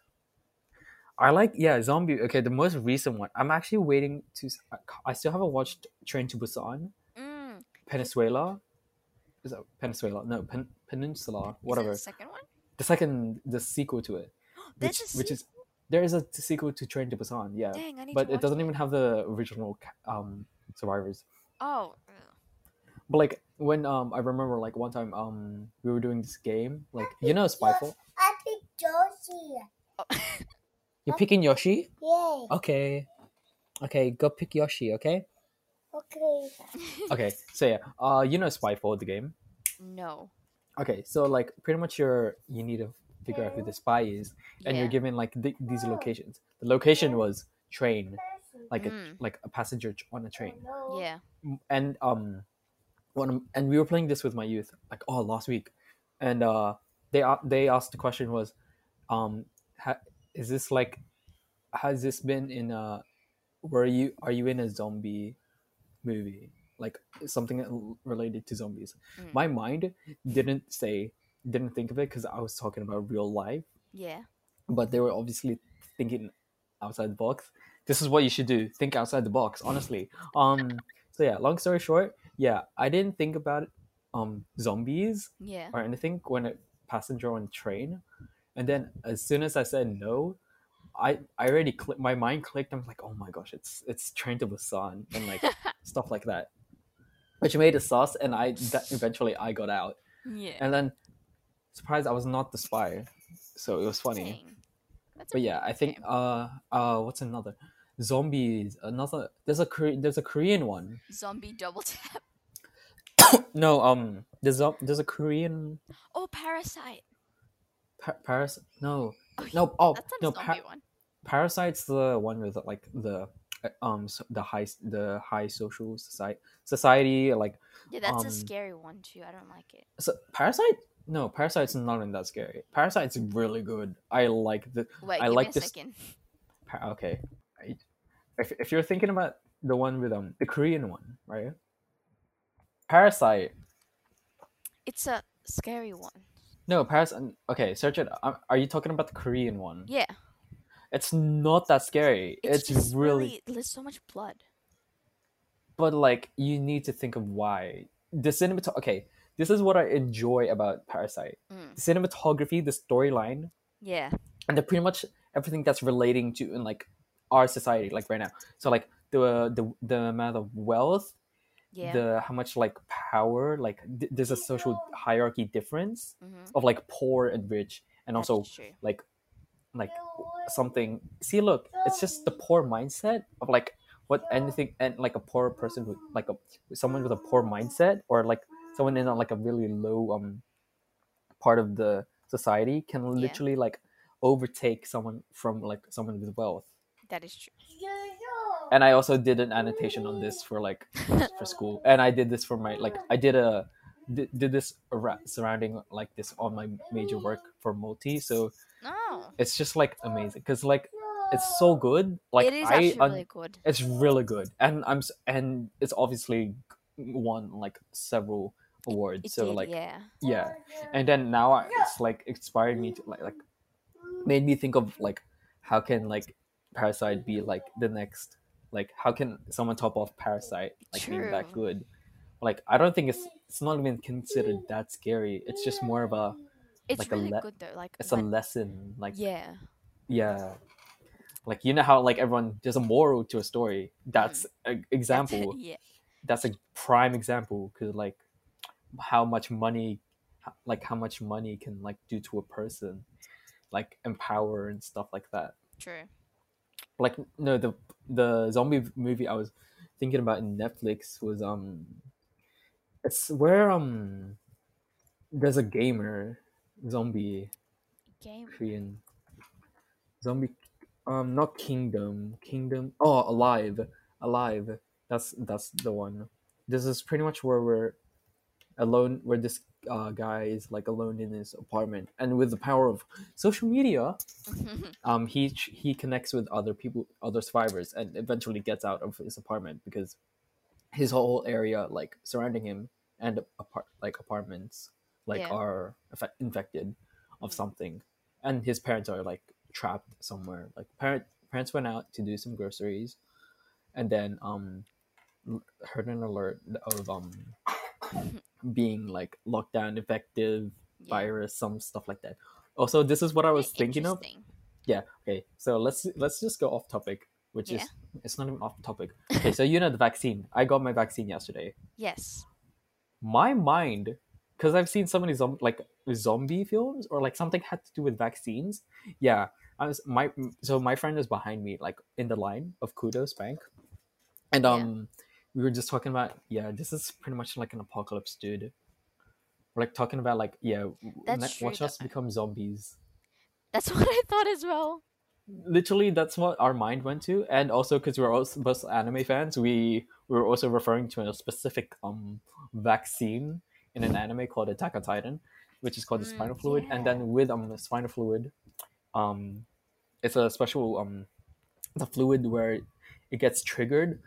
[SPEAKER 1] i like yeah zombie okay the most recent one i'm actually waiting to s- I ca- i still haven't watched train to busan
[SPEAKER 2] Mm. is
[SPEAKER 1] Venezuela. Is that Venezuela? No, Pen- Peninsula.
[SPEAKER 2] it
[SPEAKER 1] Whatever.
[SPEAKER 2] the second one.
[SPEAKER 1] the second, the sequel to it, which,
[SPEAKER 2] There's a
[SPEAKER 1] which is there is a t- sequel to Train to Busan. Yeah,
[SPEAKER 2] Dang, I need
[SPEAKER 1] but
[SPEAKER 2] to watch
[SPEAKER 1] it doesn't even have the original ca- um survivors.
[SPEAKER 2] Oh, ugh.
[SPEAKER 1] But like when um I remember like one time um we were doing this game like you know Spyfall.
[SPEAKER 3] I picked Josie.
[SPEAKER 2] uh,
[SPEAKER 1] You're picking Yoshi.
[SPEAKER 3] Yay.
[SPEAKER 1] Oh. Okay. Okay, go pick Yoshi. Okay.
[SPEAKER 3] Okay.
[SPEAKER 1] Okay. So yeah, uh, you know Spyfall the game.
[SPEAKER 2] no.
[SPEAKER 1] Okay, so like pretty much you're you need to figure out who the spy is, and you're
[SPEAKER 2] Yeah. Oh.
[SPEAKER 1] given like th- these locations. The location was train, like a
[SPEAKER 2] Mm.
[SPEAKER 1] like a passenger ch- on a train,
[SPEAKER 2] Yeah.
[SPEAKER 1] M- and um, one of- and we were playing this with my youth like oh last week, and uh they a- they asked the question was, um, ha- is this like, has this been in a, were you are you in a zombie, movie like something that l- related to zombies?
[SPEAKER 2] Mm.
[SPEAKER 1] My mind didn't say didn't think of it because I was talking about real life
[SPEAKER 2] Yeah.
[SPEAKER 1] but they were obviously thinking outside the box. This is what you should do: think outside the box. Honestly, um, so yeah. Long story short, yeah, I didn't think about um zombies
[SPEAKER 2] Yeah.
[SPEAKER 1] or anything when a passenger on train, and then as soon as I said no, I I already clicked. My mind clicked. I'm like, oh my gosh, it's it's train to Busan and like stuff like that, which made it sus. And I that eventually I got out,
[SPEAKER 2] Yeah.
[SPEAKER 1] and then surprised I was not the spy, so it was funny
[SPEAKER 2] Dang. That's a
[SPEAKER 1] but yeah,
[SPEAKER 2] pretty
[SPEAKER 1] I
[SPEAKER 2] good
[SPEAKER 1] think
[SPEAKER 2] game.
[SPEAKER 1] uh uh what's another zombies another there's a Kore- there's a Korean one
[SPEAKER 2] zombie double tap.
[SPEAKER 1] no um there's a there's a Korean
[SPEAKER 2] Oh, parasite.
[SPEAKER 1] par- Paras no
[SPEAKER 2] Oh,
[SPEAKER 1] no oh
[SPEAKER 2] That's not
[SPEAKER 1] no
[SPEAKER 2] a zombie
[SPEAKER 1] par-
[SPEAKER 2] one.
[SPEAKER 1] parasites the one with like the uh, um so- the high s- the high social society society like
[SPEAKER 2] Yeah, that's
[SPEAKER 1] um,
[SPEAKER 2] a scary one too. I don't like it.
[SPEAKER 1] so parasite no parasite's not in that scary parasite's really good I like the
[SPEAKER 2] Wait,
[SPEAKER 1] I
[SPEAKER 2] give
[SPEAKER 1] like
[SPEAKER 2] me a
[SPEAKER 1] this-
[SPEAKER 2] second.
[SPEAKER 1] par- okay I, if, if you're thinking about the one with um the korean one right parasite
[SPEAKER 2] It's a scary one.
[SPEAKER 1] no parasite okay search it uh, are you talking about the korean one
[SPEAKER 2] Yeah.
[SPEAKER 1] it's not that scary it's,
[SPEAKER 2] just
[SPEAKER 1] really,
[SPEAKER 2] There's so much blood.
[SPEAKER 1] but like you need to think of why the cinematography okay this is what i enjoy about parasite
[SPEAKER 2] Mm.
[SPEAKER 1] the cinematography the storyline
[SPEAKER 2] Yeah.
[SPEAKER 1] and they're pretty much everything that's relating to in like our society like right now so like the the, the amount of wealth
[SPEAKER 2] Yeah.
[SPEAKER 1] the how much like power like th- there's a social hierarchy difference
[SPEAKER 2] mm-hmm.
[SPEAKER 1] of like poor and rich and also
[SPEAKER 2] true.
[SPEAKER 1] like like something see look it's just the poor mindset of like what anything and like a poor person with like a someone with a poor mindset or like someone in a, like a really low um part of the society can
[SPEAKER 2] Yeah.
[SPEAKER 1] literally like overtake someone from like someone with wealth.
[SPEAKER 2] That is true.
[SPEAKER 1] And I also did an annotation on this for like for school and i did this for my like i did a did, did this ara- surrounding like this on my major work for multi so
[SPEAKER 2] no.
[SPEAKER 1] it's just like amazing because like it's so good like
[SPEAKER 2] it is
[SPEAKER 1] i
[SPEAKER 2] actually
[SPEAKER 1] un-
[SPEAKER 2] really good.
[SPEAKER 1] it's really good and i'm s- and it's obviously won like several awards
[SPEAKER 2] It
[SPEAKER 1] so
[SPEAKER 2] did,
[SPEAKER 1] like
[SPEAKER 2] yeah.
[SPEAKER 1] yeah and then now I, it's like inspired me to like like made me think of like how can like parasite be like the next like how can someone top off parasite like being that
[SPEAKER 2] True.
[SPEAKER 1] good like i don't think it's it's not even considered that scary it's just more of a
[SPEAKER 2] It's
[SPEAKER 1] like a
[SPEAKER 2] really
[SPEAKER 1] le-
[SPEAKER 2] good though. Like
[SPEAKER 1] it's a
[SPEAKER 2] when-
[SPEAKER 1] lesson like yeah.
[SPEAKER 2] yeah.
[SPEAKER 1] like you know how like everyone there's a moral to a story that's an example
[SPEAKER 2] yeah.
[SPEAKER 1] that's a prime example because like how much money like how much money can like do to a person like empower and stuff like that
[SPEAKER 2] True.
[SPEAKER 1] like no the the zombie movie i was thinking about in netflix was um it's where um there's a gamer zombie
[SPEAKER 2] Game.
[SPEAKER 1] korean zombie um not kingdom kingdom oh alive alive that's that's the one this is pretty much where we're alone where this uh, guy is like alone in his apartment and with the power of social media um, he ch- he connects with other people, other survivors, and eventually gets out of his apartment because his whole area, like surrounding him and apart like apartments, like
[SPEAKER 2] Yeah. Mm-hmm.
[SPEAKER 1] are affect- infected of something, and his parents are like trapped somewhere. Like parent parents went out to do some groceries, and then um l- heard an alert of um being like lockdown infective
[SPEAKER 2] yeah.
[SPEAKER 1] virus some stuff like that also this is what i was
[SPEAKER 2] Eh,
[SPEAKER 1] thinking of
[SPEAKER 2] interesting.
[SPEAKER 1] yeah okay so let's let's just go off topic which
[SPEAKER 2] Yeah.
[SPEAKER 1] is it's not even off topic okay so you know the vaccine i got my vaccine yesterday
[SPEAKER 2] Yes.
[SPEAKER 1] my mind because i've seen so many zom- like zombie films or like something had to do with vaccines yeah i was my so my friend was behind me like in the line of kudos bank and
[SPEAKER 2] Yeah.
[SPEAKER 1] um we were just talking about yeah this is pretty much like an apocalypse dude we're like talking about like yeah w-
[SPEAKER 2] That's
[SPEAKER 1] ne-
[SPEAKER 2] true,
[SPEAKER 1] watch
[SPEAKER 2] though.
[SPEAKER 1] us become zombies
[SPEAKER 2] That's what I thought as well.
[SPEAKER 1] literally that's what our mind went to and also because we're also both anime fans we we were also referring to a specific um vaccine in an anime called attack on titan which is called the
[SPEAKER 2] Mm,
[SPEAKER 1] spinal fluid and then with um the spinal fluid um it's a special um the fluid where it gets triggered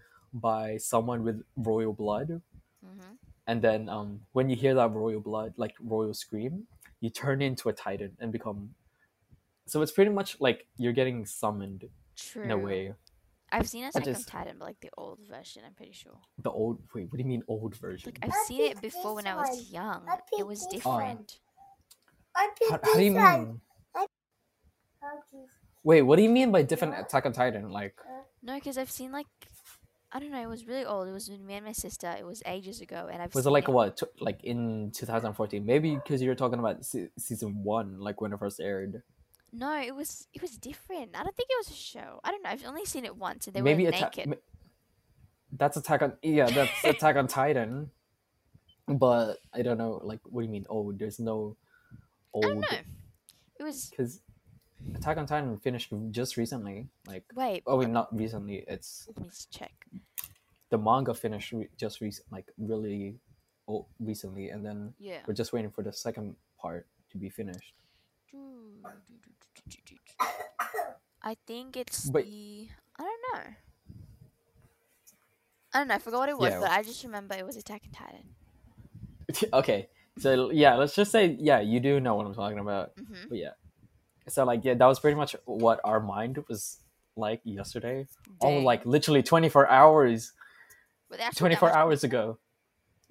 [SPEAKER 1] by someone with royal blood
[SPEAKER 3] Mm-hmm.
[SPEAKER 2] hmm
[SPEAKER 1] and then um when you hear that royal blood like royal scream you turn into a titan and become so it's pretty much like you're getting summoned
[SPEAKER 2] True.
[SPEAKER 1] in a way
[SPEAKER 2] I've seen Attack
[SPEAKER 1] just-
[SPEAKER 2] on Titan, but like the old version, I'm pretty sure.
[SPEAKER 1] the old wait what do you mean old version
[SPEAKER 2] Like I've
[SPEAKER 3] I
[SPEAKER 2] seen it
[SPEAKER 3] picked
[SPEAKER 2] before
[SPEAKER 3] this
[SPEAKER 2] when I
[SPEAKER 3] one.
[SPEAKER 2] was young.
[SPEAKER 3] I
[SPEAKER 2] It
[SPEAKER 3] picked
[SPEAKER 2] was
[SPEAKER 3] this
[SPEAKER 1] one.
[SPEAKER 2] different.
[SPEAKER 3] I
[SPEAKER 1] how,
[SPEAKER 3] picked
[SPEAKER 1] how do you
[SPEAKER 3] this one.
[SPEAKER 1] mean wait what do you mean by different attack on titan like
[SPEAKER 2] No, because I've seen like I don't know. It was really old. It was with me and my sister. It was ages ago, and I've
[SPEAKER 1] was it
[SPEAKER 2] seen
[SPEAKER 1] like what tw- like in 2014 maybe because you're talking about se- season one like when it first aired
[SPEAKER 2] No, it was it was different. I don't think it was a show. I don't know. I've only seen it once, and they
[SPEAKER 1] maybe
[SPEAKER 2] were
[SPEAKER 1] attack
[SPEAKER 2] naked.
[SPEAKER 1] ma- that's attack on yeah that's attack on titan but i don't know like what do you mean old there's no
[SPEAKER 2] I don't
[SPEAKER 1] old
[SPEAKER 2] know. It was
[SPEAKER 1] because attack on titan finished just recently like
[SPEAKER 2] wait.
[SPEAKER 1] oh wait not recently it's
[SPEAKER 2] Let me just check.
[SPEAKER 1] the manga finished re- just recent like really old, recently and then
[SPEAKER 2] Yeah.
[SPEAKER 1] we're just waiting for the second part to be finished
[SPEAKER 2] I think it's
[SPEAKER 1] But-
[SPEAKER 2] the I don't know. I don't know. I forgot what it was,
[SPEAKER 1] Yeah.
[SPEAKER 2] but I just remember it was Attack on Titan.
[SPEAKER 1] okay so yeah let's just say yeah you do know what i'm talking about
[SPEAKER 2] hmm
[SPEAKER 1] but yeah so like yeah that was pretty much what our mind was like yesterday oh like literally 24 hours 24 hours ago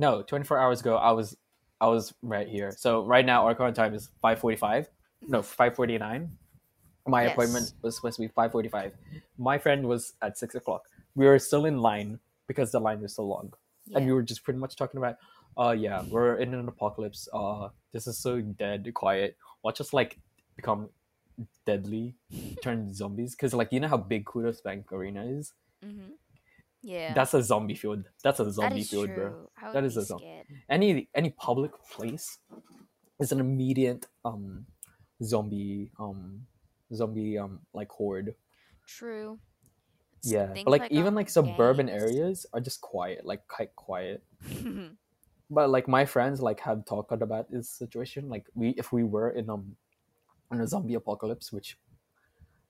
[SPEAKER 1] no 24 hours ago i was i was right here so right now our current time is 5.45 no 5.49 my
[SPEAKER 2] Yes.
[SPEAKER 1] appointment was supposed to be 5.45 my friend was at 6 o'clock we were still in line because the line was so long and we were just pretty much talking about uh yeah we're in an apocalypse uh this is so dead quiet watch us like become deadly turn zombies because like you know how big kudos bank arena is
[SPEAKER 2] hmm Yeah.
[SPEAKER 1] that's a zombie field that's a
[SPEAKER 2] That
[SPEAKER 1] zombie
[SPEAKER 2] is
[SPEAKER 1] field bro
[SPEAKER 2] true. I would
[SPEAKER 1] That is
[SPEAKER 2] be
[SPEAKER 1] a zom-
[SPEAKER 2] scared.
[SPEAKER 1] any any public place is an immediate um zombie um zombie um like horde.
[SPEAKER 2] True. S-
[SPEAKER 1] Yeah,
[SPEAKER 2] think,
[SPEAKER 1] but like, even
[SPEAKER 2] um,
[SPEAKER 1] like suburban
[SPEAKER 2] gangs.
[SPEAKER 1] areas are just quiet, like quite quiet. But like my friends like have talked about this situation. Like we, if we were in um in a zombie apocalypse, which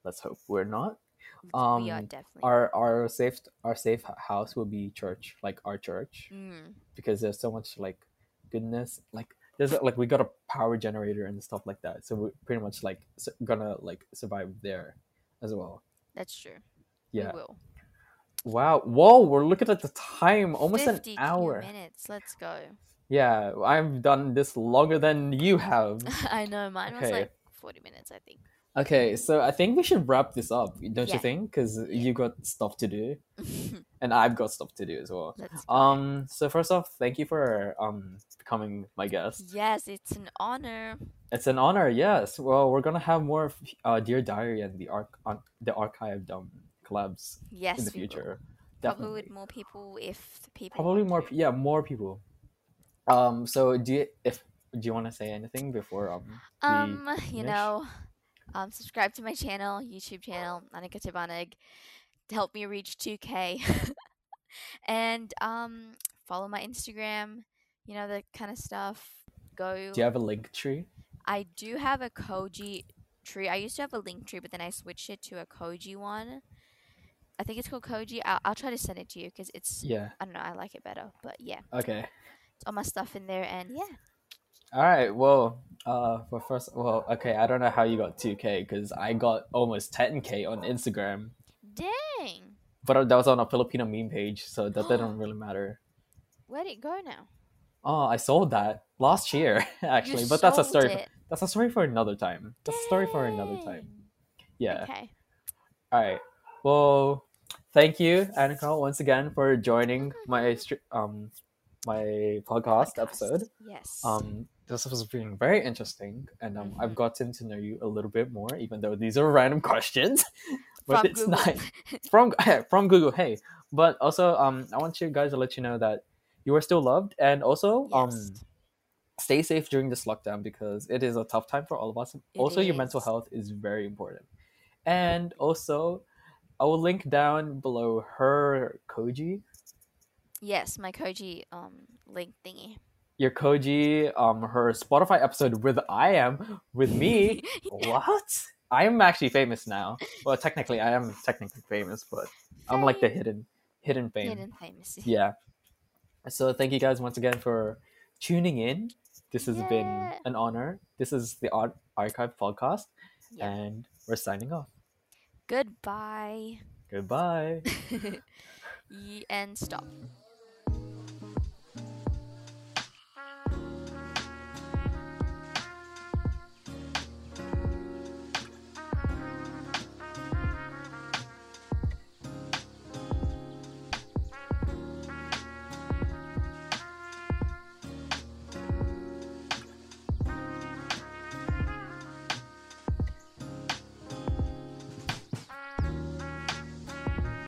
[SPEAKER 1] let's hope we're not.
[SPEAKER 2] we are
[SPEAKER 1] Um,
[SPEAKER 2] definitely.
[SPEAKER 1] our our safe our safe h- house would be church, like our church,
[SPEAKER 2] Mm,
[SPEAKER 1] because there's so much like goodness. Like there's like we got a power generator and stuff like that, so we're pretty much like su- gonna like survive there as well.
[SPEAKER 2] that's true.
[SPEAKER 1] Yeah.
[SPEAKER 2] We will.
[SPEAKER 1] Wow. Whoa, we're looking at the time. Almost an
[SPEAKER 2] 52
[SPEAKER 1] hour.
[SPEAKER 2] minutes. Let's go.
[SPEAKER 1] Yeah, I've done this longer than you have.
[SPEAKER 2] I know mine was
[SPEAKER 1] Okay.
[SPEAKER 2] like 40 minutes, I think.
[SPEAKER 1] okay, so I think we should wrap this up, don't
[SPEAKER 2] Yeah.
[SPEAKER 1] you think? Because you got stuff to do, and I've got stuff to do as well.
[SPEAKER 2] Let's go.
[SPEAKER 1] Um, so first off, thank you for um becoming my guest.
[SPEAKER 2] yes, it's an honor.
[SPEAKER 1] It's an honor. Yes. Well, we're gonna have more of, uh, Dear Diary and the arc on the archived um collabs
[SPEAKER 2] Yes,
[SPEAKER 1] in the
[SPEAKER 2] we will.
[SPEAKER 1] future.
[SPEAKER 2] Probably
[SPEAKER 1] Definitely.
[SPEAKER 2] with more people if the people.
[SPEAKER 1] Probably
[SPEAKER 2] want
[SPEAKER 1] more.
[SPEAKER 2] to.
[SPEAKER 1] pe- Yeah, more people. Um. So do you if do you want to say anything before um we-
[SPEAKER 2] Um, you
[SPEAKER 1] finish.
[SPEAKER 2] know, um, subscribe to my channel, YouTube channel, Anika Tibaneg, to help me reach 2K. and um, follow my Instagram, you know, that kind of stuff. Go.
[SPEAKER 1] Do you have a link tree?
[SPEAKER 2] I do have a Koji tree. I used to have a link tree, but then I switched it to a Koji one. I think it's called Koji. I'll, I'll try to send it to you because it's,
[SPEAKER 1] Yeah.
[SPEAKER 2] I don't know, I like it better. But yeah,
[SPEAKER 1] Okay.
[SPEAKER 2] it's all my stuff in there. And yeah,
[SPEAKER 1] All right. Well, uh, for first, well, okay. I don't know how you got two k because I got almost ten k on Instagram,
[SPEAKER 2] dang.
[SPEAKER 1] but that was on a Filipino meme page, so that didn't really matter.
[SPEAKER 2] Where'd it go now?
[SPEAKER 1] Oh, I sold that last year
[SPEAKER 2] You
[SPEAKER 1] actually, but that's a
[SPEAKER 2] sold
[SPEAKER 1] story.
[SPEAKER 2] it.
[SPEAKER 1] That's a story for another time. That's a story for another time.
[SPEAKER 2] Dang.
[SPEAKER 1] Yeah.
[SPEAKER 2] Okay.
[SPEAKER 1] All right. Well, thank you, Anika, once again for joining my str- um my podcast.
[SPEAKER 2] Podcast.
[SPEAKER 1] episode.
[SPEAKER 2] Yes.
[SPEAKER 1] um this was being very interesting and um,
[SPEAKER 2] Mhm.
[SPEAKER 1] i've gotten to know you a little bit more even though these are random questions but it's nice from from google hey but also um i want you guys to let you know that you are still loved and also um
[SPEAKER 2] Yes.
[SPEAKER 1] stay safe during this lockdown because it is a tough time for all of us also your mental
[SPEAKER 2] is.
[SPEAKER 1] health is very important and also i will link down below her koji
[SPEAKER 2] Yes, my Koji um link thingy.
[SPEAKER 1] your koji um her spotify episode with i am with me what? I am actually famous now. Well, technically, I am technically famous, but I'm like the
[SPEAKER 2] Fame.
[SPEAKER 1] hidden, hidden fame.
[SPEAKER 2] Hidden famous.
[SPEAKER 1] Yeah. So thank you guys once again for tuning in. This has been
[SPEAKER 2] Yeah.
[SPEAKER 1] an honor. This is the Art Archive podcast,
[SPEAKER 2] Yeah.
[SPEAKER 1] and we're signing off.
[SPEAKER 2] Goodbye.
[SPEAKER 1] Goodbye.
[SPEAKER 2] Ye- and stop.